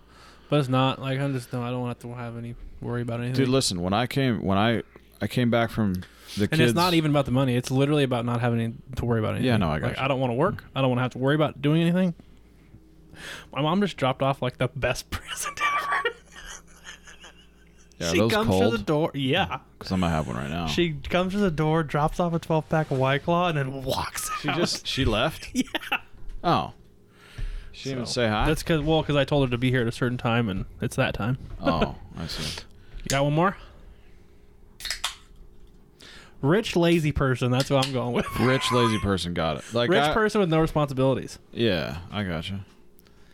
S2: but it's not like I'm just no. I don't want to have any worry about anything.
S1: dude. Listen, when I came, when I I came back from the
S2: And
S1: kids,
S2: it's not even about the money. It's literally about not having any- to worry about anything.
S1: Yeah, no, I got
S2: like,
S1: you.
S2: I don't want to work. I don't want to have to worry about doing anything. My mom just dropped off like the best present ever.
S1: Yeah, are
S2: she
S1: those
S2: comes
S1: cold? Oh,
S2: to the door. Yeah.
S1: Because I'm gonna have one right now.
S2: She comes to the door, drops off a 12 pack of White Claw, and then walks
S1: She
S2: out.
S1: just she left. yeah. Oh. She didn't even say hi.
S2: That's because, well, because I told her to be here at a certain time, and it's that time.
S1: oh, I see.
S2: You got one more? Rich, lazy person. That's what I'm going with.
S1: Rich lazy person got it. Like
S2: Rich
S1: I-
S2: person with no responsibilities.
S1: Yeah, I gotcha.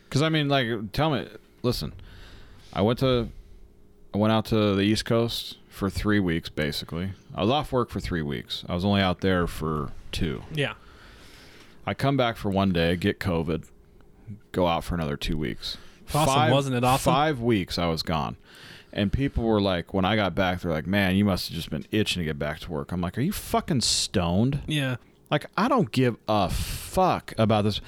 S1: Because I mean, like, tell me. Listen, I went to, I went out to the East Coast for three weeks. Basically, I was off work for three weeks. I was only out there for two.
S2: Yeah.
S1: I come back for one day, get COVID, go out for another two weeks.
S2: Awesome, wasn't it awesome?
S1: Five weeks I was gone. And people were like, when I got back, they're like, man, you must have just been itching to get back to work. I'm like, are you fucking stoned?
S2: Yeah.
S1: Like I don't give a fuck about this.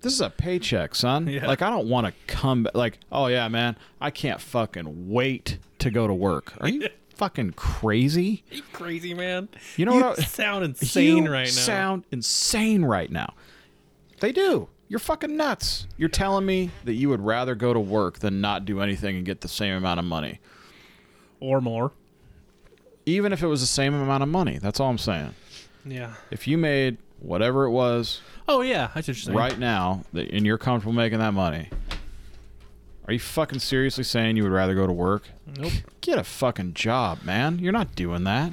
S1: This is a paycheck, son.
S2: Yeah.
S1: Like I don't want to come back. Like oh yeah, man, I can't fucking wait to go to work. Are you fucking crazy?
S2: You crazy man.
S1: You know
S2: you
S1: what I-
S2: sound insane
S1: You
S2: right now.
S1: Sound insane right now. They do. You're fucking nuts. You're telling me that you would rather go to work than not do anything and get the same amount of money,
S2: or more.
S1: even if it was the same amount of money. That's all I'm saying.
S2: Yeah.
S1: If you made whatever it was
S2: Oh yeah, I should say.
S1: right now that and you're comfortable making that money are you fucking seriously saying you would rather go to work
S2: Nope.
S1: get a fucking job man you're not doing that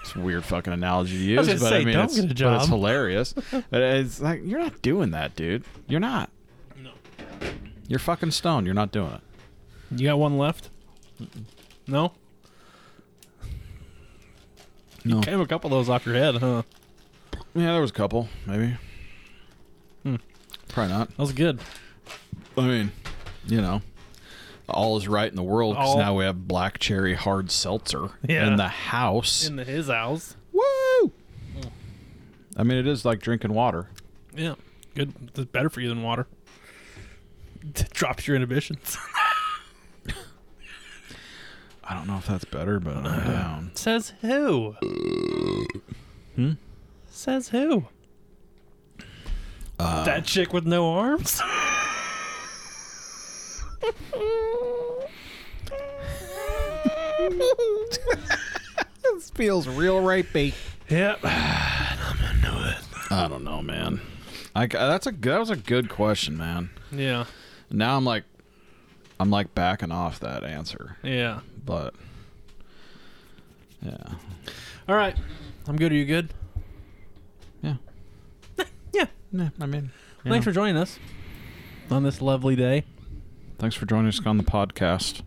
S1: it's a weird fucking analogy to use
S2: was
S1: but
S2: gonna
S1: i
S2: say,
S1: mean
S2: don't
S1: it's,
S2: get a
S1: but it's
S2: job.
S1: hilarious but it's like you're not doing that dude you're not
S2: No.
S1: you're fucking stoned you're not doing it
S2: You got one left? No.
S1: no
S2: Came a couple of those off your head, huh?
S1: yeah there was a couple maybe
S2: Hmm.
S1: probably not
S2: That was good.
S1: i mean you know all is right in the world because
S2: All-
S1: now we have black cherry hard seltzer
S2: Yeah.
S1: in the house
S2: In the his house.
S1: Woo! I mean, it is like drinking water.
S2: Yeah. Good. It's better for you than water. It drops your inhibitions.
S1: I don't know if that's better, but I'm down.
S2: Says who? hmm? Says who? that chick with no arms?
S1: This feels real rapey.
S2: yep.
S1: I don't know, man. I, uh, that's a that was a good question, man.
S2: Yeah.
S1: Now I'm like, I'm like backing off that answer,
S2: Yeah.
S1: but yeah,
S2: All right. I'm good. Are you good?
S1: yeah,
S2: Yeah.
S1: yeah. I mean, you
S2: Thanks
S1: know.
S2: for joining us on this lovely day.
S1: thanks for joining us on the podcast.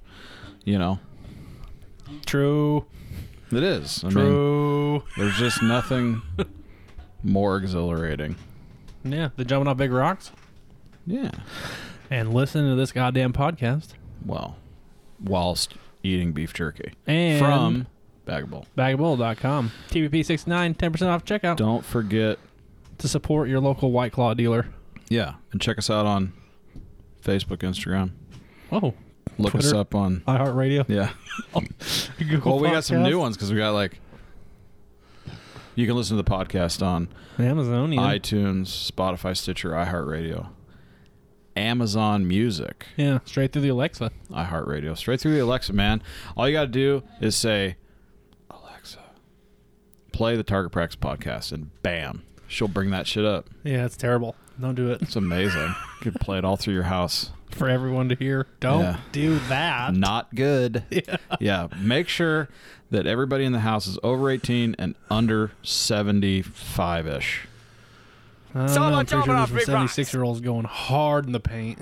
S1: You know,
S2: True.
S1: it is. I mean,
S2: True.
S1: there's just nothing more exhilarating.
S2: Yeah. The jumping off big rocks
S1: Yeah.
S2: and listening to this goddamn podcast
S1: Well, whilst eating beef jerky
S2: and
S1: from Bagable.
S2: Bagabull.com. TVP69, 10% off checkout
S1: Don't forget.
S2: to support your local White Claw dealer.
S1: Yeah, and check us out on Facebook, Instagram.
S2: Oh,
S1: Look us
S2: Twitter.
S1: up on.
S2: iHeartRadio.
S1: Yeah.
S2: Google
S1: Well, we got some
S2: Podcast.
S1: new ones because we got like. You can listen to the podcast on
S2: Amazonian.
S1: iTunes, Spotify, Stitcher, iHeartRadio, Amazon Music,
S2: yeah, straight through the Alexa.
S1: iHeartRadio, straight through the Alexa, man. All you got to do is say, Alexa, play the Target Practice podcast, and bam, she'll bring that shit up.
S5: Yeah, it's terrible. Don't do it
S1: It's amazing. you can play it all through your house.
S5: for everyone to hear. Don't
S1: Yeah.
S5: do that.
S1: Not good. Yeah. Make sure that everybody in the house is over 18 and under 75 ish.
S5: I don't know, I'm pretty sure there's some 76 year olds going hard in the paint.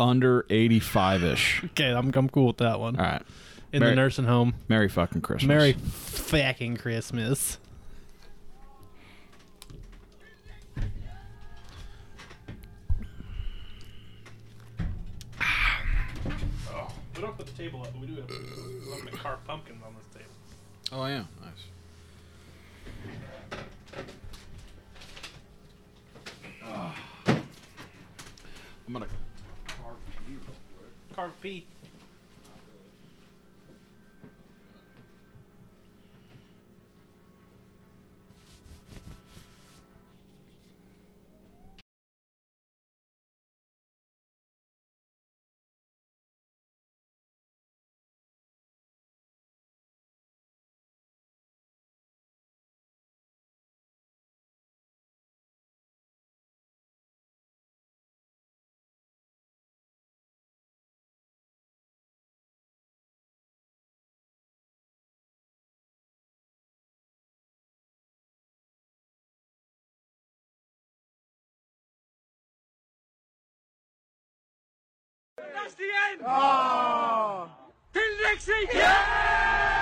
S1: Under 85 ish.
S5: Okay, I'm, I'm cool with that one.
S1: All right.
S5: In
S1: Merry-
S5: the nursing home.
S1: Merry fucking Christmas.
S5: Merry fucking Christmas.
S2: We don't put the table up, but we do have to carve pumpkins on this table.
S1: Oh, I am. Nice. Ah. I'm gonna.
S2: Carve pea.
S6: That's the end. Till next week. Yeah.